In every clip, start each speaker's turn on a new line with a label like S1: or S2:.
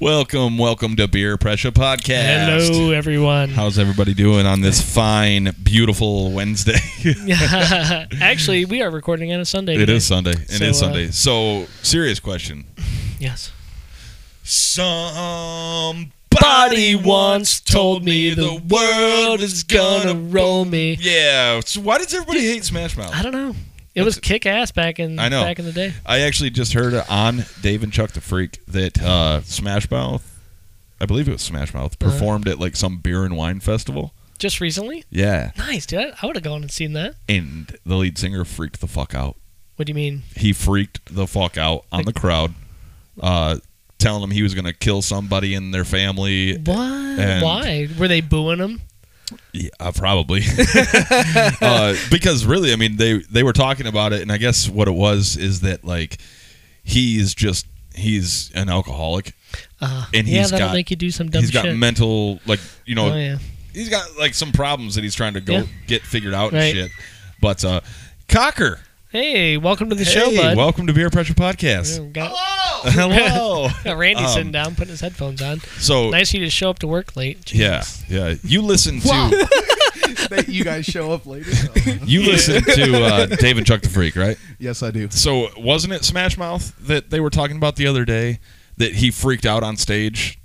S1: Welcome, welcome to Beer Pressure Podcast.
S2: Hello, everyone.
S1: How's everybody doing on this fine, beautiful Wednesday?
S2: Actually, we are recording on a Sunday.
S1: it
S2: today.
S1: is Sunday. It is
S2: So, uh,
S1: Sunday. So, serious question.
S2: Yes.
S1: Somebody once told me the world is gonna.
S2: roll me.
S1: Yeah. So why does everybody hate Smash Mouth?
S2: I don't know. It was kick ass back in
S1: I know.
S2: back in the day.
S1: I actually just heard on Dave and Chuck the Freak that uh, Smash Mouth, I believe it was Smash Mouth,
S2: Uh-huh.
S1: performed at like some beer and wine festival.
S2: Just recently.
S1: Yeah.
S2: Nice, dude. I- I would have gone and seen that.
S1: And the lead singer freaked the fuck out.
S2: What do you mean?
S1: He freaked the fuck out on the crowd, uh, telling them he was going to kill somebody in their family.
S2: What?
S1: and-
S2: Why were they booing him?
S1: Yeah, uh, probably. uh, because really, I mean, they they were talking about it, and I guess what it was is that like he's just he's an alcoholic.
S2: Uh,
S1: And
S2: yeah,
S1: he's
S2: that'll
S1: got-
S2: make you do some dumb
S1: He's got
S2: shit.
S1: mental like you know
S2: oh yeah.
S1: he's got like some problems that he's trying to go
S2: Yeah.
S1: get figured out
S2: Right.
S1: and shit. But uh, Cocker,
S2: Hey, welcome to the
S1: hey,
S2: show, bud.
S1: welcome to Beer Pressure Podcast.
S2: Yeah, got,
S1: Hello.
S2: got Randy
S1: Um,
S2: sitting down, putting his headphones on.
S1: So
S2: Nice of you to show up to work late.
S1: yeah, yeah. You listen to
S3: Wow. that you guys show up later.
S1: you listen to uh, Dave and Chuck the Freak, right?
S3: yes, I do.
S1: So wasn't it Smash Mouth that they were talking about the other day that he freaked out on stage?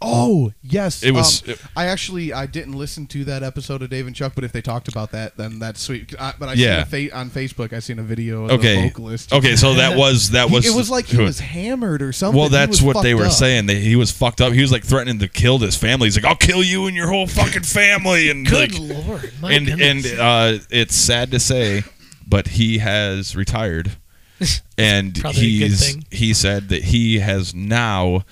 S3: Oh, yes.
S1: It was-
S3: Um, I actually I didn't listen to that episode of Dave and Chuck, but if they talked about that, then that's sweet. I, but I
S1: Yeah.
S3: seen a fa- on Facebook. I seen a video of
S1: Okay.
S3: the vocalist.
S1: Okay, so that was that
S3: He-
S1: was
S3: it was like he
S1: who-
S3: was hammered or something.
S1: Well,
S3: He
S1: that's
S3: was
S1: what they
S3: fucked
S1: were
S3: up.
S1: saying. They, he was fucked up. He was like threatening to kill his family. He's like, "I'll kill you and your whole fucking family." And
S2: Good
S1: like,
S2: lord. My
S1: and
S2: goodness.
S1: and uh, it's sad to say, but he has retired, and
S2: Probably a good
S1: he's
S2: thing.
S1: he said that he has now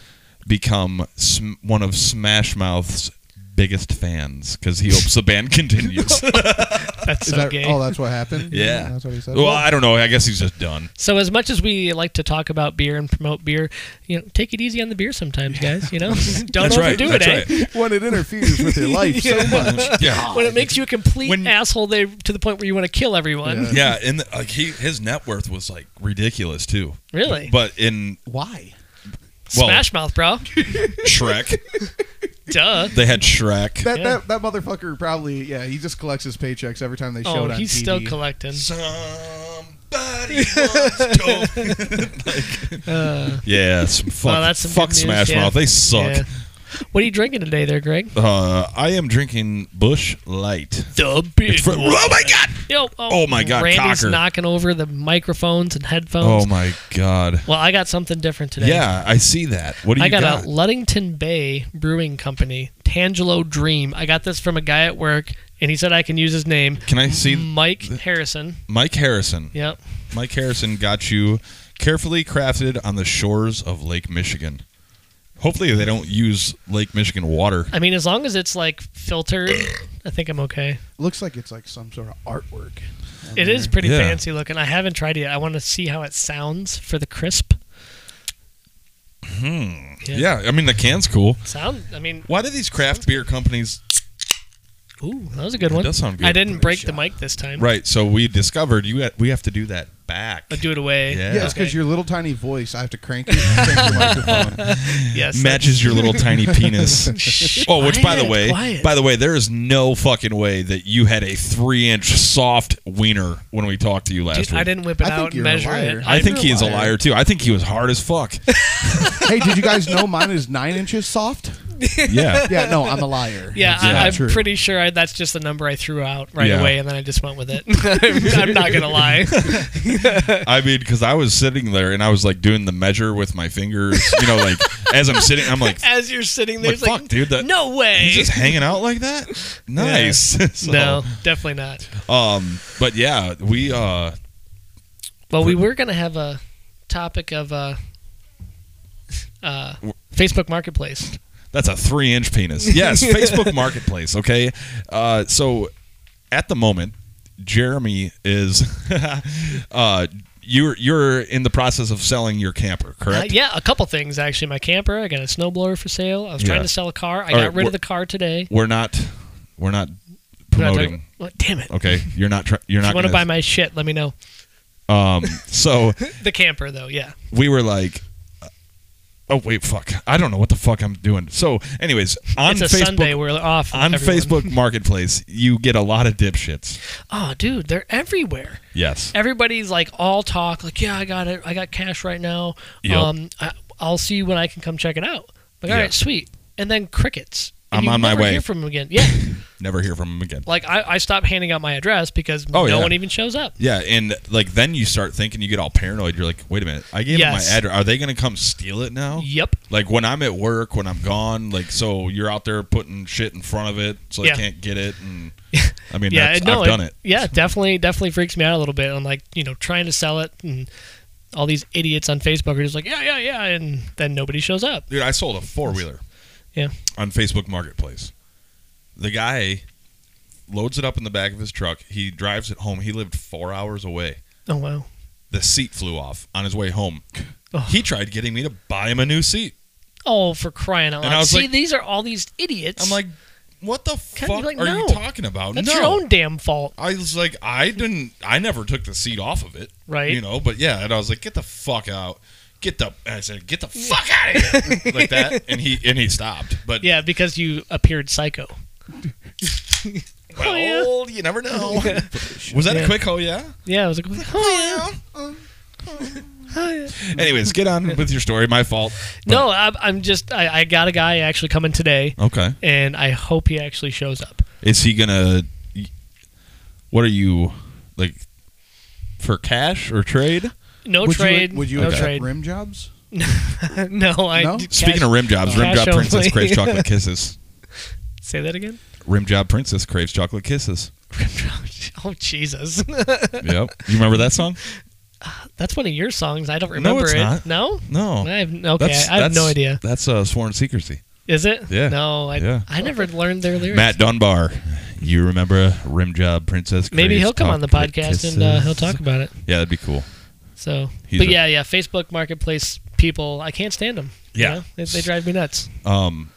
S1: become sm- one of Smash Mouth's biggest fans because he hopes the band continues.
S2: that's
S3: Is
S2: so
S3: that,
S2: gay.
S3: Oh, that's what happened.
S1: Yeah.
S3: that's what he said.
S1: well, I don't know. I guess he's just done.
S2: So as much as we like to talk about beer and promote beer, you know, take it easy on the beer sometimes, guys. You know, don't
S1: That's right.
S2: overdo
S1: That's
S2: it. eh?
S1: right.
S3: when it interferes with your life so much.
S1: Yeah.
S2: When it makes you a complete
S1: When-
S2: asshole, they to the point where you want to kill everyone.
S3: Yeah.
S1: Yeah, and like he, his net worth was like ridiculous too.
S2: Really,
S1: But in
S3: Why?
S1: well-
S2: Smash Mouth, bro.
S1: Shrek,
S2: Duh.
S1: they had Shrek.
S3: That,
S2: Yeah.
S3: that that motherfucker probably yeah he just collects his paychecks every time they show
S2: Oh,
S3: it on
S2: he's
S3: TV.
S2: still collecting.
S1: Somebody once told me.
S2: Uh,
S1: Yeah, some fuck,
S2: Well, that's some
S1: fuck
S2: good news,
S1: Smash
S2: yeah.
S1: Mouth. They suck.
S2: yeah. What are you drinking today, there, Greg?
S1: Uh, I am drinking Bush Light.
S2: The big.
S1: It's fr- oh my god!
S2: Yo,
S1: oh my God,
S2: Randy's
S1: Cocker.
S2: knocking over the microphones and headphones.
S1: Oh my god!
S2: Well, I got something different today.
S1: Yeah, I see that. What do you
S2: I got, a
S1: got?
S2: Ludington Bay Brewing Company, Tangelo Dream. I got this from a guy at work, and he said I can use his name,
S1: Can I see
S2: Mike Harrison.
S1: Mike Harrison?
S2: Yep.
S1: Mike Harrison got you carefully crafted on the shores of Lake Michigan. Hopefully, they don't use Lake Michigan water.
S2: I mean, as long as it's like filtered, I think I'm okay.
S3: Looks like it's like some sort of artwork. on
S2: It
S3: there.
S2: is pretty
S1: Yeah.
S2: fancy looking. I haven't tried it yet. I want to see how it sounds for the crisp.
S1: Hmm.
S2: Yeah.
S1: Yeah. I mean the can's cool.
S2: Sound. I mean,
S1: Why do these craft beer companies?
S2: ooh, that was a good
S1: It
S2: one.
S1: does sound good.
S2: I didn't break
S3: shot.
S2: the mic this time.
S1: Right. So we discovered you. Ha- we have to do that back.
S2: I do it away.
S1: Yeah.
S3: Yeah, it's because
S2: Okay.
S3: your little tiny voice. I have to crank it. and crank the microphone.
S2: Yes.
S1: matches your little tiny penis.
S2: Shh,
S1: Oh, which by the
S2: quiet,
S1: way,
S2: quiet.
S1: by the way, there is no fucking way that you had a three-inch soft wiener when we talked to you last
S2: Dude,
S1: week.
S2: I didn't whip it
S3: I think
S2: out and
S3: you're a
S2: measure
S3: liar.
S2: it.
S1: I think
S3: You're a
S1: he is a
S3: liar.
S1: liar too. I think he was hard as fuck.
S3: hey, did you guys know mine is nine inches soft?
S1: yeah.
S3: Yeah, no, I'm a liar.
S2: Yeah,
S3: That's
S2: I,
S1: Yeah.
S3: not
S2: I'm
S3: true.
S2: pretty sure I, that's just the number I threw out right
S1: Yeah.
S2: away, and then I just went with it. I'm, I'm not gonna lie.
S1: I mean, because I was sitting there and I was like doing the measure with my fingers. You know, like as I'm sitting, I'm like,
S2: As you're sitting there,
S1: like
S2: it's like,
S1: fuck, dude, that
S2: no way.
S1: he's just hanging out like that. Nice. So,
S2: no, definitely not.
S1: Um, but yeah, we uh,
S2: Well, we were gonna have a topic of uh, uh, Facebook Marketplace.
S1: That's a three inch penis. Yes, Facebook Marketplace. Okay. Uh, so at the moment, Jeremy is. uh, you're, you're in the process of selling your camper,
S2: Uh,
S1: correct?
S2: yeah, a couple things actually. My camper, I got a snowblower for sale. I was trying
S1: Yeah.
S2: to sell a car. I
S1: All
S2: got
S1: right,
S2: rid
S1: we're-
S2: of the car today.
S1: We're not. We're not
S2: We're not
S1: promoting.
S2: talking- well, damn it!
S1: okay. You're not. Tr- you're
S2: If
S1: not.
S2: you want to buy
S1: gonna-
S2: my shit? Let me know.
S1: um. So
S2: The camper, though, yeah.
S1: we were like, Oh wait, fuck! I don't know what the fuck I'm doing. So, anyways, on
S2: it's a
S1: Facebook,
S2: Sunday. We're off.
S1: on
S2: everyone.
S1: Facebook Marketplace, you get a lot of dipshits.
S2: Oh, dude, they're everywhere.
S1: Yes.
S2: Everybody's like all talk. Like, yeah, I got it. I got cash right now.
S1: Yep.
S2: Um, I, I'll see when I can come check it out. Like, all
S1: Yeah.
S2: right, sweet. And then crickets. And
S1: I'm
S2: you
S1: on my
S2: never
S1: way.
S2: Hear from them again. Yeah.
S1: Never hear from them again.
S2: like I, I stopped handing out my address because
S1: Oh,
S2: no
S1: yeah.
S2: one even shows up.
S1: Yeah, and like then you start thinking, you get all paranoid. You're like, wait a minute, I gave
S2: Yes.
S1: them my address. Are they going to come steal it now?
S2: Yep.
S1: Like when I'm at work, when I'm gone, like so you're out there putting shit in front of it, so
S2: Yeah.
S1: they can't get it. And I mean,
S2: Yeah.
S1: that's,
S2: no,
S1: I've done it.
S2: Yeah, definitely, definitely freaks me out a little bit. I'm like, you know, trying to sell it, and all these idiots on Facebook are just like, yeah, yeah, yeah, and then nobody shows up.
S1: Dude, I sold a four wheeler.
S2: Yeah.
S1: On Facebook Marketplace, the guy loads it up in the back of his truck. He drives it home. He lived four hours away.
S2: Oh wow.
S1: The seat flew off on his way home.
S2: Oh.
S1: He tried getting me to buy him a new seat.
S2: Oh, for crying out
S1: And I
S2: loud!
S1: was
S2: See,
S1: like-
S2: these are all these idiots.
S1: I'm like, what the
S2: Kinda
S1: fuck
S2: like,
S1: are
S2: no.
S1: you talking about?
S2: that's
S1: no.
S2: your own damn fault,
S1: I was like, I didn't, I never took the seat off of it,
S2: right?
S1: you know. But yeah, and I was like, get the fuck out, get the. I said, get the fuck out of here, like that. And he and he stopped. But
S2: yeah, because you appeared psycho.
S1: well,
S2: Oh, yeah.
S1: you never know. Was that
S2: Yeah.
S1: a quick? Oh yeah.
S2: Yeah, I was like, oh,
S1: yeah.
S2: Mm-hmm.
S1: Anyways, get on with your story. My fault.
S2: yeah. no, I'm, I'm just, I, I got a guy actually coming today,
S1: Okay.
S2: and I hope he actually shows up.
S1: Is he gonna? What are you like? For cash or trade?
S2: No
S3: would
S2: trade.
S3: You, would you
S2: no
S3: accept
S2: trade?
S3: rim jobs?
S2: no, I.
S3: No?
S2: did
S1: Speaking
S2: cash-
S1: of rim jobs, rim
S2: Cash
S1: job princess
S2: only.
S1: craves chocolate kisses.
S2: say that again.
S1: Rim job princess craves chocolate kisses.
S2: oh Jesus,
S1: Yep. You remember that song?
S2: that's one of your songs. I don't remember
S1: it's
S2: it.
S1: not.
S2: No.
S1: No.
S2: I have okay. I have no idea.
S1: That's uh, sworn secrecy.
S2: Is it?
S1: Yeah.
S2: No, I,
S1: Yeah.
S2: I never learned their lyrics.
S1: Matt Dunbar, you remember Rim Job Princess?
S2: Maybe
S1: Grace
S2: he'll come on the
S1: Chocolate
S2: podcast and uh, he'll
S1: Kisses?
S2: talk about it.
S1: Yeah, that'd be cool.
S2: So,
S1: He's
S2: but
S1: a-
S2: yeah, yeah, Facebook Marketplace people, I can't stand them.
S1: Yeah.
S2: they, they drive me nuts.
S1: Um,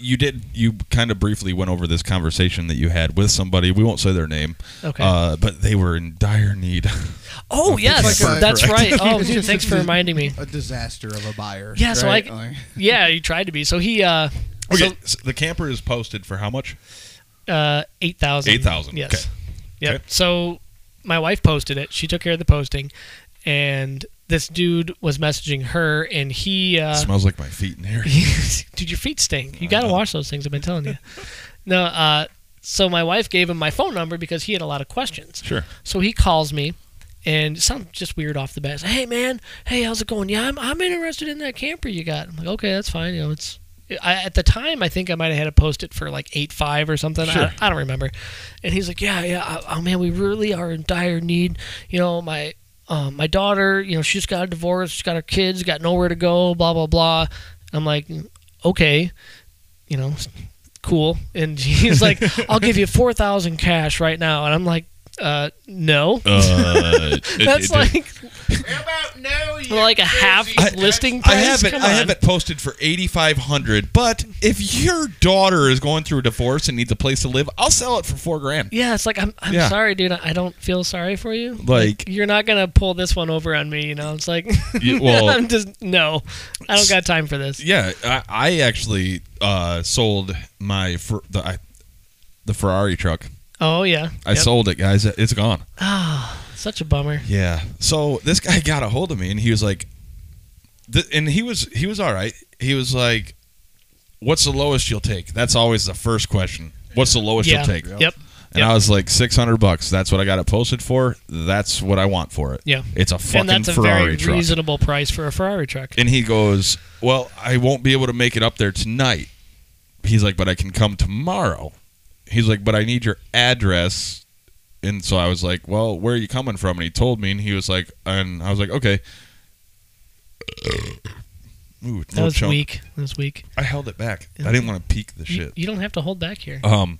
S1: you did. You kind of briefly went over this conversation that you had with somebody. We won't say their name.
S2: Okay.
S1: Uh, but they were in dire need.
S2: oh yes,
S3: it's like a-
S2: that's right. Oh,
S3: It's
S2: dude,
S3: just
S2: thanks for
S3: a-
S2: reminding me.
S3: A disaster of a buyer.
S2: Yeah, so
S3: right?
S2: I- Yeah, he tried to be. So he uh,
S1: okay. so the camper is posted for how much?
S2: so, uh eight thousand.
S1: 8,000,
S2: Yes.
S1: okay.
S2: Yep.
S1: Okay.
S2: So my wife posted it. She took care of the posting, and this dude was messaging her, and he uh,
S1: Smells like my feet in here.
S2: Dude, your feet stink. You got to wash those things. I've been telling you. No, uh, so my wife gave him my phone number because he had a lot of questions.
S1: Sure.
S2: So he calls me, and it sounds just weird off the bat. He's like, hey man, hey, how's it going? Yeah, I'm, I'm interested in that camper you got. I'm like, okay, that's fine. You know, it's I, at the time I think I might have had to post it for like eight five or something.
S1: Sure.
S2: I, I don't remember. And he's like, yeah, yeah. I- Oh man, we really are in dire need. You know, my um, my daughter, you know, she's got a divorce, she's got her kids, got nowhere to go, blah blah blah. I'm like, okay, you know, cool. And he's like, I'll give you four thousand cash right now. And I'm like, uh, no.
S1: Uh, it- it-
S2: That's like
S3: How about no? You
S2: like a half
S1: I-
S2: listing
S1: I
S2: price.
S1: have it.
S2: Come
S1: I
S2: on.
S1: have it posted for eighty five hundred. But if your daughter is going through a divorce and needs a place to live, I'll sell it for four grand.
S2: Yeah, it's like I'm. I'm
S1: Yeah.
S2: sorry, dude. I don't feel sorry for you.
S1: Like-
S2: you're not gonna pull this one over on me. You know, it's like
S1: You- well-
S2: I'm just no. I don't got time for this.
S1: Yeah, I, I actually uh, sold my Fer- the I, the Ferrari truck.
S2: Oh yeah.
S1: I sold it, guys. It's gone.
S2: Ah, such a bummer.
S1: Yeah. So this guy got a hold of me, and he was like, th- and he was he was all right. He was like, "What's the lowest you'll take?" That's always the first question. What's the lowest
S2: yeah.
S1: you'll take?
S2: Yep.
S1: And I was like, six hundred bucks. That's what I got it posted for. That's what I want for it.
S2: Yeah.
S1: It's a fucking
S2: and that's a
S1: Ferrari
S2: very
S1: truck.
S2: reasonable price for a Ferrari truck.
S1: and he goes, "Well, I won't be able to make it up there tonight." He's like, "But I can come tomorrow." He's like, "But I need your address." And so I was like, "Well, where are you coming from?" And he told me, and he was like, and I was like, "Okay." Ooh,
S2: That was
S1: chunk.
S2: weak. That was weak.
S1: I held it back. I didn't want to peek the
S2: You-
S1: shit.
S2: You, don't have to hold back here.
S1: Um,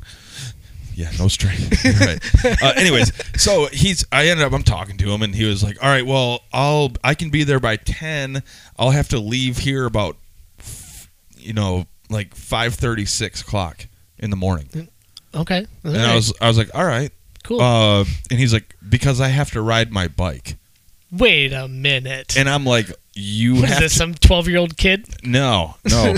S1: yeah, no strength. Oh, You're right. Uh, anyways, so he's. I ended up. I'm talking to him, and he was like, "All right, well, I'll. I can be there by ten. I'll have to leave here about, you know, like five thirty, six o'clock in the morning."
S2: Okay.
S1: And I was. I was like, "All right."
S2: cool.
S1: Uh, and he's like, "Because I have to ride my bike."
S2: Wait a minute.
S1: And I'm like, you
S2: Is
S1: have
S2: this
S1: to,
S2: some 12 year old kid?
S1: no no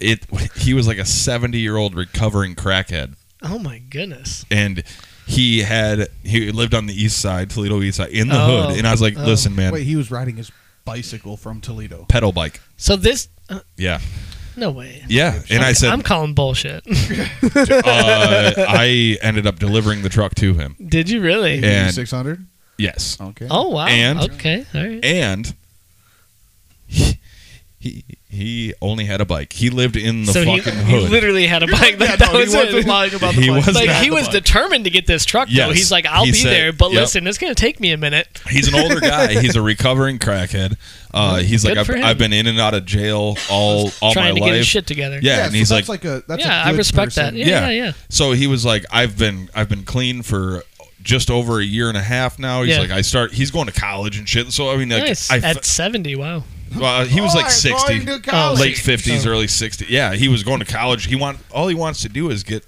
S1: it he was like a 70 year old recovering crackhead
S2: Oh my goodness.
S1: and he had he lived on the east side Toledo east side in the
S2: Oh.
S1: hood and I was like
S2: Oh.
S1: listen man
S3: Wait, he was riding his bicycle from Toledo.
S1: pedal bike
S2: So this. Uh,
S1: yeah
S2: no way.
S1: yeah and
S2: I'm-
S1: I said
S2: I'm calling bullshit.
S1: uh, I ended up delivering the truck to him
S2: Did you really?
S1: Yeah. And-
S3: six hundred.
S1: yes
S3: Okay.
S2: Oh, wow.
S1: And-
S2: okay. All right.
S1: and he, he he only had a bike. He lived in the
S2: so he,
S1: fucking
S2: he
S1: hood.
S2: literally had a bike.
S3: Yeah,
S2: That, that
S3: no, he
S2: was it.
S3: wasn't lying about the
S1: He
S3: bike.
S1: was
S2: like
S1: not
S2: he
S1: the
S2: was
S1: bike.
S2: determined to get this truck though.
S1: Yes.
S2: He's like, I'll
S1: He
S2: be
S1: said-
S2: there, but
S1: yep.
S2: listen, it's gonna take me a minute.
S1: he's an older guy. He's a recovering crackhead. Uh, he's
S2: Good
S1: like I've,
S2: for him.
S1: I've been in and out of jail all all my
S2: trying to
S1: life.
S2: get his shit together.
S1: Yeah, and
S3: so
S1: he's
S3: that's
S1: like,
S3: like, a that's
S2: Yeah,
S3: a
S2: I
S3: good
S2: respect that.
S3: person.
S2: Yeah, yeah, yeah.
S1: So he was like, I've been I've been clean for just over a year and a half now. He's
S2: Yeah.
S1: like, I start. He's going to college and shit. So I mean, like,
S2: nice.
S1: I,
S2: At seventy, wow.
S1: well, Uh, he was like
S3: Alright, going
S1: sixty.
S3: to college.
S1: late fifties, early sixties. Yeah, he was going to college. He want all he wants to do is get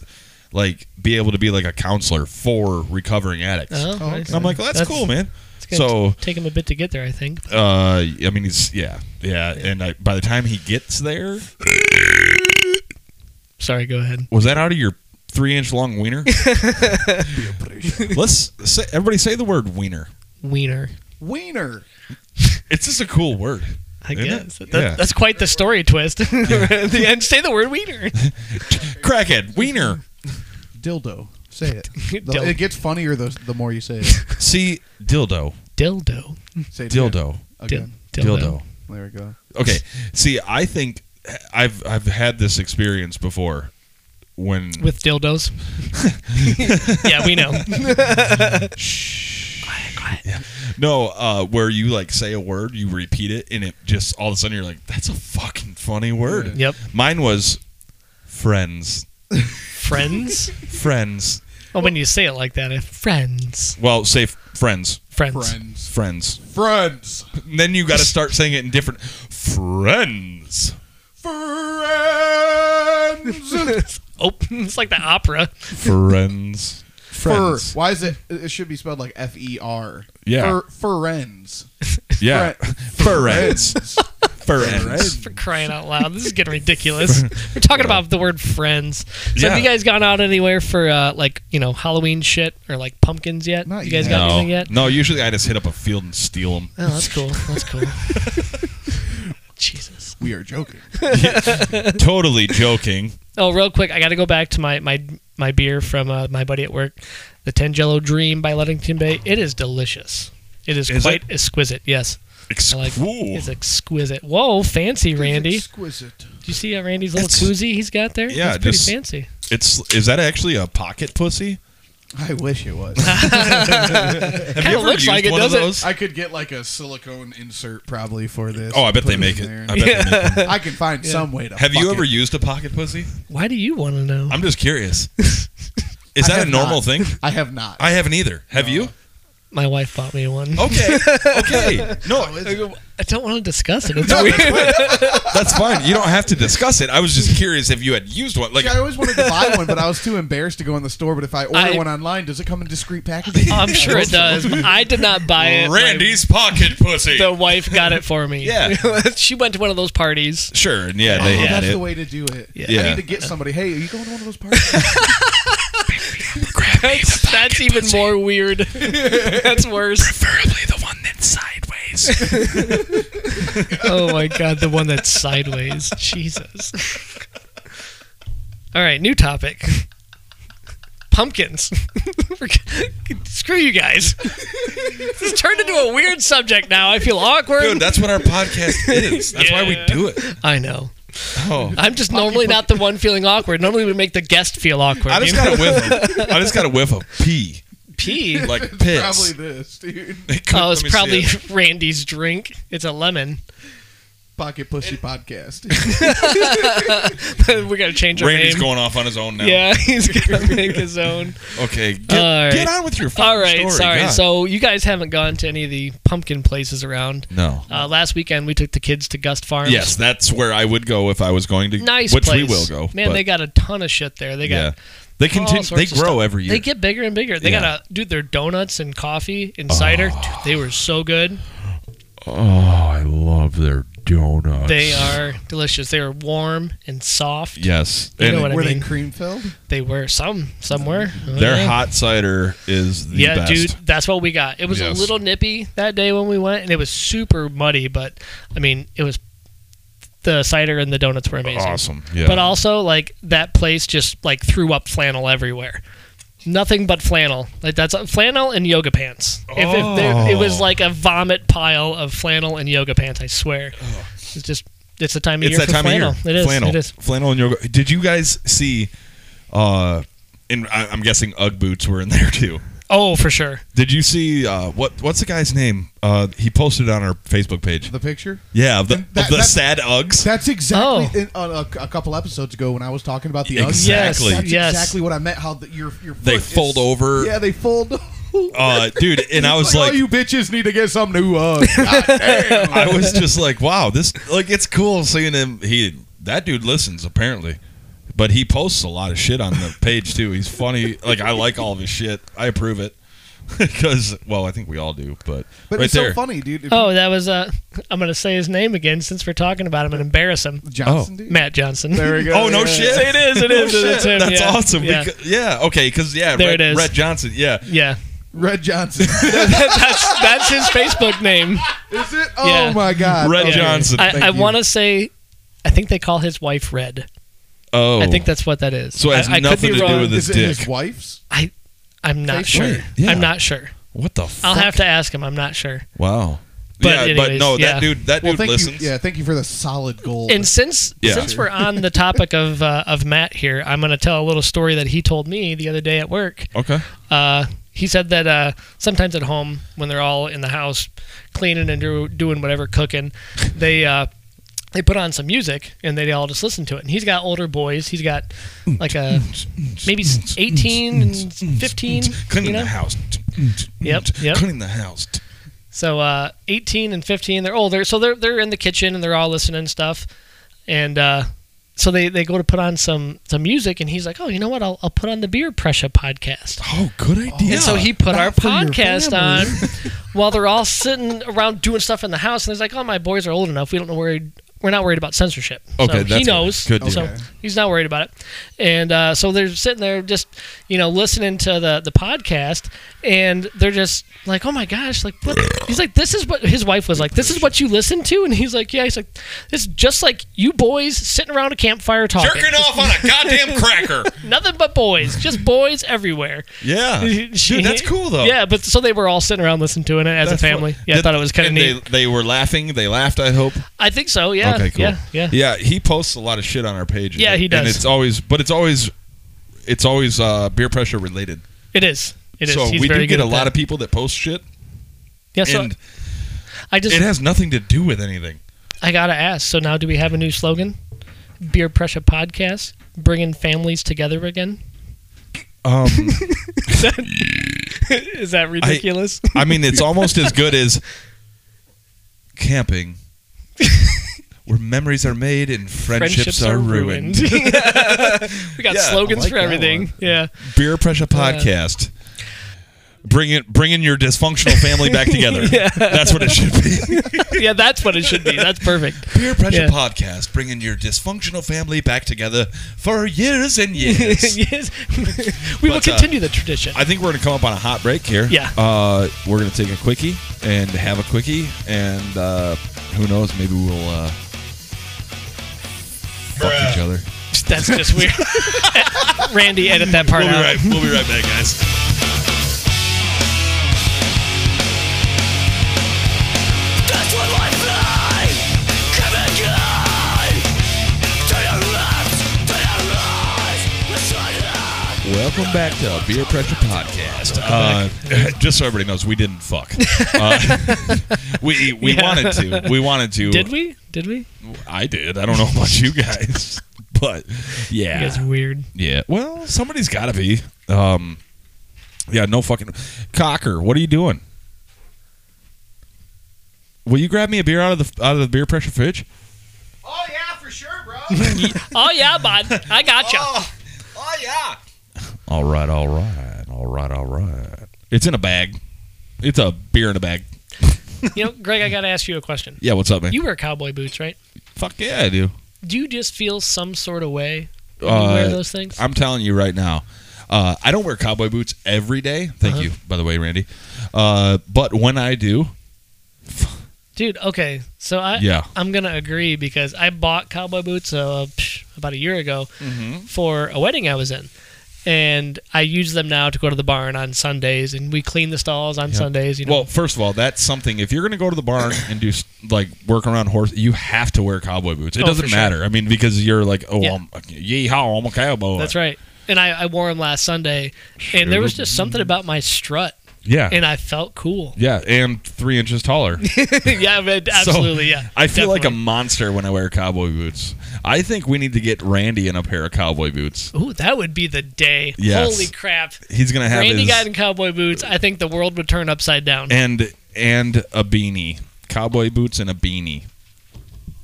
S1: like be able to be like a counselor for recovering addicts.
S2: Oh,
S3: Oh,
S2: nice.
S1: And I'm like, well, that's,
S2: That's-
S1: cool, man.
S2: It's gonna
S1: So,
S2: t- take him a bit to get there, I think.
S1: uh, I mean, he's yeah, yeah. And I, by the time he gets there,
S2: Sorry, go ahead.
S1: was that out of your three inch long wiener? Let's say everybody say the word wiener.
S2: Wiener.
S3: Wiener.
S1: It's just a cool word.
S2: I
S1: Isn't it?
S2: guess that,
S1: Yeah.
S2: that's quite the story twist. At the end, say the word wiener.
S1: Crackhead wiener.
S3: Dildo. Say it. The-
S2: Dil-
S3: it gets funnier the, the more you say it.
S1: See dildo,
S2: dildo.
S3: Say it
S1: dildo,
S3: again.
S2: Dil-
S3: Again.
S1: dildo.
S3: There we go.
S1: Okay. See, I think I've I've had this experience before when
S2: with dildos. yeah, we know.
S1: no uh, where you like say a word, you repeat it, and it just all of a sudden you're like, that's a fucking funny word.
S2: Yep.
S1: Mine was friends,
S2: Friends.
S1: friends.
S2: Oh, when you say it like that, if friends,
S1: Well, say f- friends,
S2: friends.
S3: Friends.
S1: friends.
S3: Friends.
S1: And then you got to start saying it in different friends.
S3: Friends.
S2: Oh, it's like the opera.
S1: Friends.
S3: Fur.
S1: Friends.
S3: Why is it? It should be spelled like F E R.
S1: Yeah.
S3: Fur, friends.
S1: Yeah. Friends. Friends.
S2: For crying out loud, this is getting ridiculous. We're talking about the word friends. So have
S1: Yeah.
S2: you guys gone out anywhere for uh, like you know Halloween shit or like pumpkins yet?
S3: Not
S2: you guys
S3: yet.
S2: got
S1: No.
S2: anything yet?
S1: no, usually I just hit up a field and steal them.
S2: Oh, that's cool. That's cool. Jesus.
S3: We are joking.
S1: totally joking.
S2: Oh, real quick, I got to go back to my my my beer from uh, my buddy at work, the Tangelo Dream by Ludington Bay. It is delicious. It is,
S1: Is
S2: quite exquisite. Yes.
S1: Ex-
S2: I like
S1: Ooh.
S2: It's exquisite. Whoa, fancy, Randy.
S3: It's exquisite.
S2: Do you see uh, Randy's little
S1: It's-
S2: koozie he's got there?
S1: Yeah,
S2: That's pretty
S1: just-
S2: fancy.
S1: It's is that actually a pocket pussy?
S3: I wish it was.
S1: Have
S2: Kinda looks like it, doesn't it?
S3: I could get like a silicone insert probably for this.
S1: Oh, I bet
S3: Put
S1: they make
S3: in
S1: it.
S3: there.
S1: I bet they make one.
S3: I can find some way to.
S1: Have you
S3: fuck
S1: ever
S3: it.
S1: used a pocket pussy?
S2: Why do you want to know?
S1: I'm just curious. Is
S3: I
S1: that
S3: have
S1: a normal
S3: not.
S1: thing?
S3: I have not.
S1: I haven't either. Have you?
S2: My wife bought me one.
S1: Okay. Okay. No,
S2: I don't want to discuss it. It's
S3: No,
S2: weird.
S3: that's fine.
S1: that's fine. You don't have to discuss it. I was just curious if you had used one. Like
S3: See, I always wanted to buy one, but I was too embarrassed to go in the store. But if I order
S2: I-
S3: one online, does it come in discreet packaging?
S2: I'm sure it does. I did not buy it. My-
S1: Randy's pocket pussy.
S2: the wife got it for me.
S1: Yeah.
S2: she went to one of those parties.
S1: Sure. And yeah,
S3: Oh,
S1: they had
S3: that's the
S1: it.
S3: way to do it.
S1: Yeah.
S3: I need to get somebody. Hey, are you going to one of those parties?
S2: That's, that's even more weird. that's worse.
S1: Preferably the one that's sideways.
S2: Oh my god, the one that's sideways. Jesus. All right, new topic. Pumpkins. Screw you guys. This turned into a weird subject now. I feel awkward.
S1: Dude, that's what our podcast is. That's why we
S2: Yeah.
S1: do it.
S2: I know.
S1: Oh.
S2: I'm just normally not the one feeling awkward. Normally we make the guest feel awkward.
S1: I just
S2: you know?
S1: got a whiff. Of, I just got a whiff of pee,
S2: pee.
S1: like
S3: probably
S1: piss.
S3: this, dude.
S2: oh, it's probably Randy's drink. It's a lemon.
S3: Pocket Pussy Podcast.
S2: we gotta change our
S1: Randy's
S2: name.
S1: going off on his own now.
S2: Yeah, he's gonna make his own.
S1: Okay. Get,
S2: All right.
S1: get on with your. fucking
S2: All right,
S1: Story.
S2: sorry.
S1: God.
S2: So you guys haven't gone to any of the pumpkin places around.
S1: No.
S2: Uh, last weekend we took the kids to Gust Farms.
S1: Yes, that's where I would go if I was going to.
S2: nice
S1: Which
S2: place.
S1: we will go.
S2: Man,
S1: but,
S2: they got a ton of shit there. They got.
S1: Yeah. They
S2: all
S1: continue. They
S2: sorts of
S1: grow
S2: stuff.
S1: every year.
S2: They get bigger and bigger. They
S1: Yeah. Oh.
S2: got a dude. Their donuts and coffee and cider. Dude, they were so good.
S4: Oh, I love their donuts.
S2: They are delicious. They are warm and soft.
S1: Yes,
S2: You know
S1: and
S2: what I
S3: Were
S2: mean.
S3: they cream filled?
S2: They were some somewhere.
S1: their
S2: Yeah.
S1: hot cider is the
S2: yeah,
S1: best.
S2: dude, that's what we got. It was
S1: Yes.
S2: a little nippy that day when we went, and it was super muddy. But I mean, it was the cider and the donuts were amazing.
S1: Awesome. Yeah.
S2: But um, also, like that place just like threw up flannel everywhere. Nothing but flannel. Like that's uh, flannel and yoga pants. If, if there, it
S1: Oh.
S2: was like a vomit pile of flannel and yoga pants, I swear. It's just it's the time
S1: Oh.
S2: of
S1: it's
S2: year
S1: that
S2: for
S1: time
S2: flannel.
S1: of year.
S2: It is.
S1: Flannel.
S2: It is.
S1: Flannel and yoga. Did you guys see? Uh, and I, I'm guessing UGG boots were in there too.
S2: Oh, for sure.
S1: Did you see uh, what? What's the guy's name? Uh, he posted it on our Facebook page.
S3: The picture.
S1: Yeah, of the,
S3: That-
S1: of the
S3: that-
S1: sad UGGs.
S3: That's exactly
S2: Oh.
S3: in, on a, a couple episodes ago when I was talking about the
S1: Yes,
S3: Uggs.
S1: Exactly.
S3: That's
S2: yes.
S3: exactly what I meant. How the, your your
S1: They
S3: foot is-
S1: fold over.
S3: Yeah, they fold. over.
S1: Uh, dude, and I was
S3: All
S1: like,
S3: you bitches need to get some new Uggs. God damn.
S1: I was just like, wow, this like it's cool seeing him. He that dude listens apparently, but he posts a lot of shit on the page too. He's funny. Like I like all of his shit. I approve it because well, I think we all do. But,
S3: But
S1: right
S3: it's
S1: there,
S3: so funny, dude. If
S2: Oh, that was. Uh, I'm gonna say his name again since we're talking about him and embarrass him.
S3: you- Johnson, dude.
S2: Matt Johnson.
S3: There we go.
S1: Oh no
S3: Yeah.
S1: shit!
S2: It is. It is. it's him,
S1: That's
S2: yeah.
S1: awesome.
S2: Yeah.
S1: Yeah. yeah. Okay. Because yeah,
S2: There
S1: Red,
S2: it is.
S1: Red Johnson. Yeah.
S2: yeah.
S3: Red Johnson.
S2: that's that's his Facebook name.
S3: Is it? Oh
S2: Yeah.
S3: my god.
S1: Red
S3: Okay.
S1: Johnson.
S3: Thank
S2: I, I
S3: you.
S2: want to say, I think they call his wife Red.
S1: Oh,
S2: I think that's what that is.
S1: So it has
S2: I, I
S1: nothing
S2: could
S1: to
S2: be
S1: do
S2: wrong.
S1: with
S3: Is
S1: his
S3: it
S1: dick.
S3: his wife's?
S2: I, I'm not
S3: Facebook?
S2: sure.
S1: Wait, yeah.
S2: I'm not sure.
S1: What the? Fuck?
S2: I'll have to ask him. I'm not sure.
S1: Wow.
S2: But
S1: yeah, but
S2: anyways,
S1: no, that
S2: yeah.
S1: dude. That
S3: Well,
S1: dude
S3: thank
S1: listens.
S3: you. Yeah, thank you for the solid goal.
S2: And since
S1: Yeah.
S2: since we're on the topic of uh, of Matt here, I'm going to tell a little story that he told me the other day at work.
S1: Okay.
S2: Uh, he said that uh, sometimes at home, when they're all in the house cleaning and do, doing whatever cooking, they uh, they put on some music and they all just listen to it. And he's got older boys. He's got like a maybe 18 and 15.
S1: Cleaning
S2: You
S1: the
S2: know?
S1: house.
S2: Yep, yep.
S1: Cleaning the house.
S2: So uh, 18 and 15, they're older. So they're they're in the kitchen and they're all listening and stuff. And uh, so they, they go to put on some some music and he's like, oh, you know what? I'll, I'll put on the Beer Pressure podcast.
S1: Oh, good idea.
S2: And so he put our
S3: for your
S2: podcast on
S3: family.
S2: while they're all sitting around doing stuff in the house. And he's like, "Oh, my boys are old enough. We don't know worried. We're not worried about censorship.
S1: Okay,
S2: so
S1: that's
S2: he knows.
S1: good. Good
S2: so
S3: deal.
S2: he's not worried about it. And uh, so they're sitting there, just you know, listening to the the podcast, and they're just like, "Oh my gosh!" Like, what? he's like, "This is what his wife was like. This is what you listen to." And he's like, "Yeah." He's like, "It's just like you boys sitting around a campfire talking,
S1: jerking off on a goddamn cracker.
S2: nothing but boys, just boys everywhere."
S1: Yeah, dude, that's cool though.
S2: Yeah, but so they were all sitting around listening to it as
S1: That's
S2: a family.
S1: fun.
S2: Yeah, I
S1: Did-
S2: thought it was kind of
S1: and
S2: neat.
S1: They, they were laughing. They laughed. I hope.
S2: I think so. Yeah.
S1: okay, cool.
S2: Yeah. Yeah.
S1: Yeah, he posts a lot of shit on our page.
S2: Yeah, he
S1: And
S2: does.
S1: it's always, but it's always, it's always uh, beer pressure related.
S2: It is. It is.
S1: So
S2: He's
S1: we
S2: very
S1: do get
S2: good
S1: a
S2: at
S1: lot
S2: that.
S1: of people that post shit,
S2: Yeah. So
S1: and
S2: I just
S1: it has nothing to do with anything.
S2: I gotta ask. So now, do we have a new slogan? Beer pressure podcast, bringing families together again.
S1: Um,
S2: Is that ridiculous?
S1: I mean, it's almost as good as camping, where memories are made and friendships, are, ruined.
S2: we got
S1: Yeah, I
S2: slogans
S3: like
S2: for
S3: that
S2: everything.
S3: one.
S2: Yeah.
S1: Beer Pressure Podcast. Bring it, bringing your dysfunctional family back together. That's what it should be.
S2: Yeah. That's what it should be. That's perfect.
S1: Beer Pressure
S2: Yeah.
S1: Podcast, bringing your dysfunctional family back together for years and years.
S2: yes. we will
S1: But, uh,
S2: continue the tradition.
S1: I think we're gonna come up on a hot break here.
S2: Yeah.
S1: uh, we're gonna take a quickie and have a quickie, and uh, who knows, maybe we'll uh, fuck each other.
S2: That's just weird. Randy, edit that part
S1: We'll be
S2: out.
S1: right. We'll be right back, guys.
S5: That's what I fly Coming in To your left To your right Let's try it
S1: Welcome back to Beer Pressure Podcast. Uh, just so everybody knows, we didn't fuck. Uh, we we
S2: Yeah.
S1: wanted to. We wanted to.
S2: Did we? Did we?
S1: I did. I don't know about you guys, but yeah,
S2: You guys are weird.
S1: yeah. Well, somebody's got to be. Um, yeah, no fucking cocker. What are you doing? Will you grab me a beer out of the out of the beer pressure fridge?
S3: Oh yeah, for sure, bro.
S2: oh yeah, bud. I got you.
S3: oh yeah.
S1: All right, all right, all right, all right. It's in a bag. It's a beer in a bag.
S2: You know, Greg, I got to ask you a question.
S1: Yeah, what's up, man?
S2: You wear cowboy boots, right?
S1: Fuck yeah, I do.
S2: Do you just feel some sort of way when you wear
S1: Uh,
S2: those things?
S1: I'm telling you right now. Uh, I don't wear cowboy boots every day. Thank you, by the way, Randy. Uh, but when I do,
S2: Dude, okay. So I
S1: Yeah.
S2: I'm going to agree because I bought cowboy boots uh, psh, about a year ago
S1: Mm-hmm.
S2: for a wedding I was in. And I use them now to go to the barn on Sundays and we clean the stalls on Sundays, you know.
S1: well, first of all, that's something. If you're going to go to the barn and do like work around horse, you have to wear cowboy boots. It
S2: Oh,
S1: doesn't
S2: for sure.
S1: matter. I mean, because you're like, oh,
S2: Yeah.
S1: I'm, yeehaw, I'm a cowboy.
S2: That's right. And I, I wore them last Sunday, and there was just something about my strut,
S1: Yeah.
S2: and I felt cool.
S1: yeah, and three inches taller.
S2: yeah, but
S1: So,
S2: absolutely. yeah,
S1: I feel like a
S2: definitely.
S1: monster when I wear cowboy boots. I think we need to get Randy in a pair of cowboy boots.
S2: Ooh, that would be the day.
S1: Yes.
S2: Holy crap!
S1: He's gonna have
S2: Randy
S1: his
S2: got in cowboy boots. I think the world would turn upside down.
S1: and and a beanie, cowboy boots and a beanie.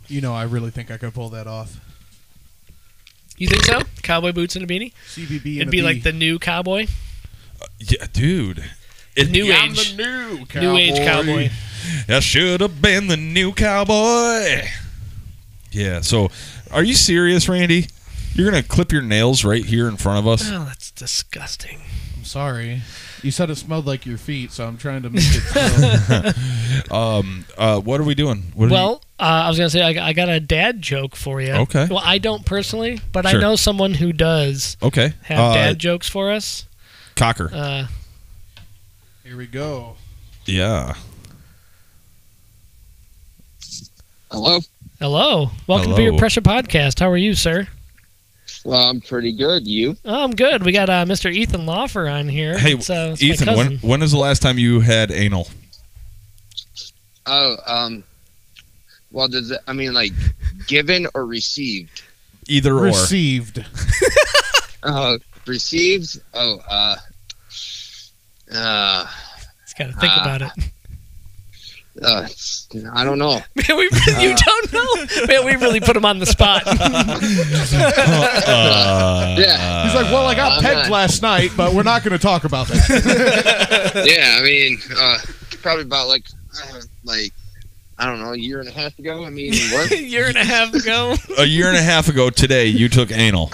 S3: You know, I really think I could pull that off.
S2: You think so? Cowboy boots and a beanie.
S3: CBB.
S2: It'd be like the new cowboy,
S1: Yeah, dude. It,
S2: new
S1: yeah,
S2: age,
S3: new cowboy.
S2: new age cowboy.
S1: I should have been the new cowboy. Yeah. So, are you serious, Randy? You're gonna clip your nails right here in front of us.
S2: Oh, that's disgusting.
S3: I'm sorry. You said it smelled like your feet, so I'm trying to make it. smell-
S1: Um. Uh. What are we doing? What are
S2: Well, uh, I was gonna say I, I got a dad joke for you.
S1: Okay.
S2: Well, I don't personally, but I
S1: Sure.
S2: know someone who does
S1: you- okay.
S2: have
S1: uh,
S2: dad jokes for us.
S1: Cocker.
S2: Uh,
S3: Here we go.
S1: yeah.
S6: Hello.
S2: Hello. Welcome to
S1: Hello.
S2: your Pressure Podcast. How are you, sir?
S6: Well, I'm pretty good. You?
S2: Oh, I'm good. We got uh, Mr. Ethan Lawfer on here.
S1: Hey,
S2: It's, uh, it's my
S1: Ethan. When
S2: cousin.
S1: when is the last time you had anal?
S6: Oh, um. Well, does it, I mean like given or received?
S1: Either or.
S3: Received.
S6: Uh, received. Oh, uh. Uh,
S2: Just got to think
S6: Ah.
S2: about it.
S6: uh, it's- I don't know.
S2: Man, we you don't know. Man, we really put him on the spot.
S1: Uh,
S6: Yeah.
S3: He's like, well, I got
S6: Uh, I'm
S3: pegged
S6: not-
S3: last night, but we're not going to talk about that.
S6: Yeah, I mean, uh, probably about like, uh, like, I don't know, a year and a half ago. I mean, what?
S2: a year and a half ago.
S1: a year and a half ago today, you took anal.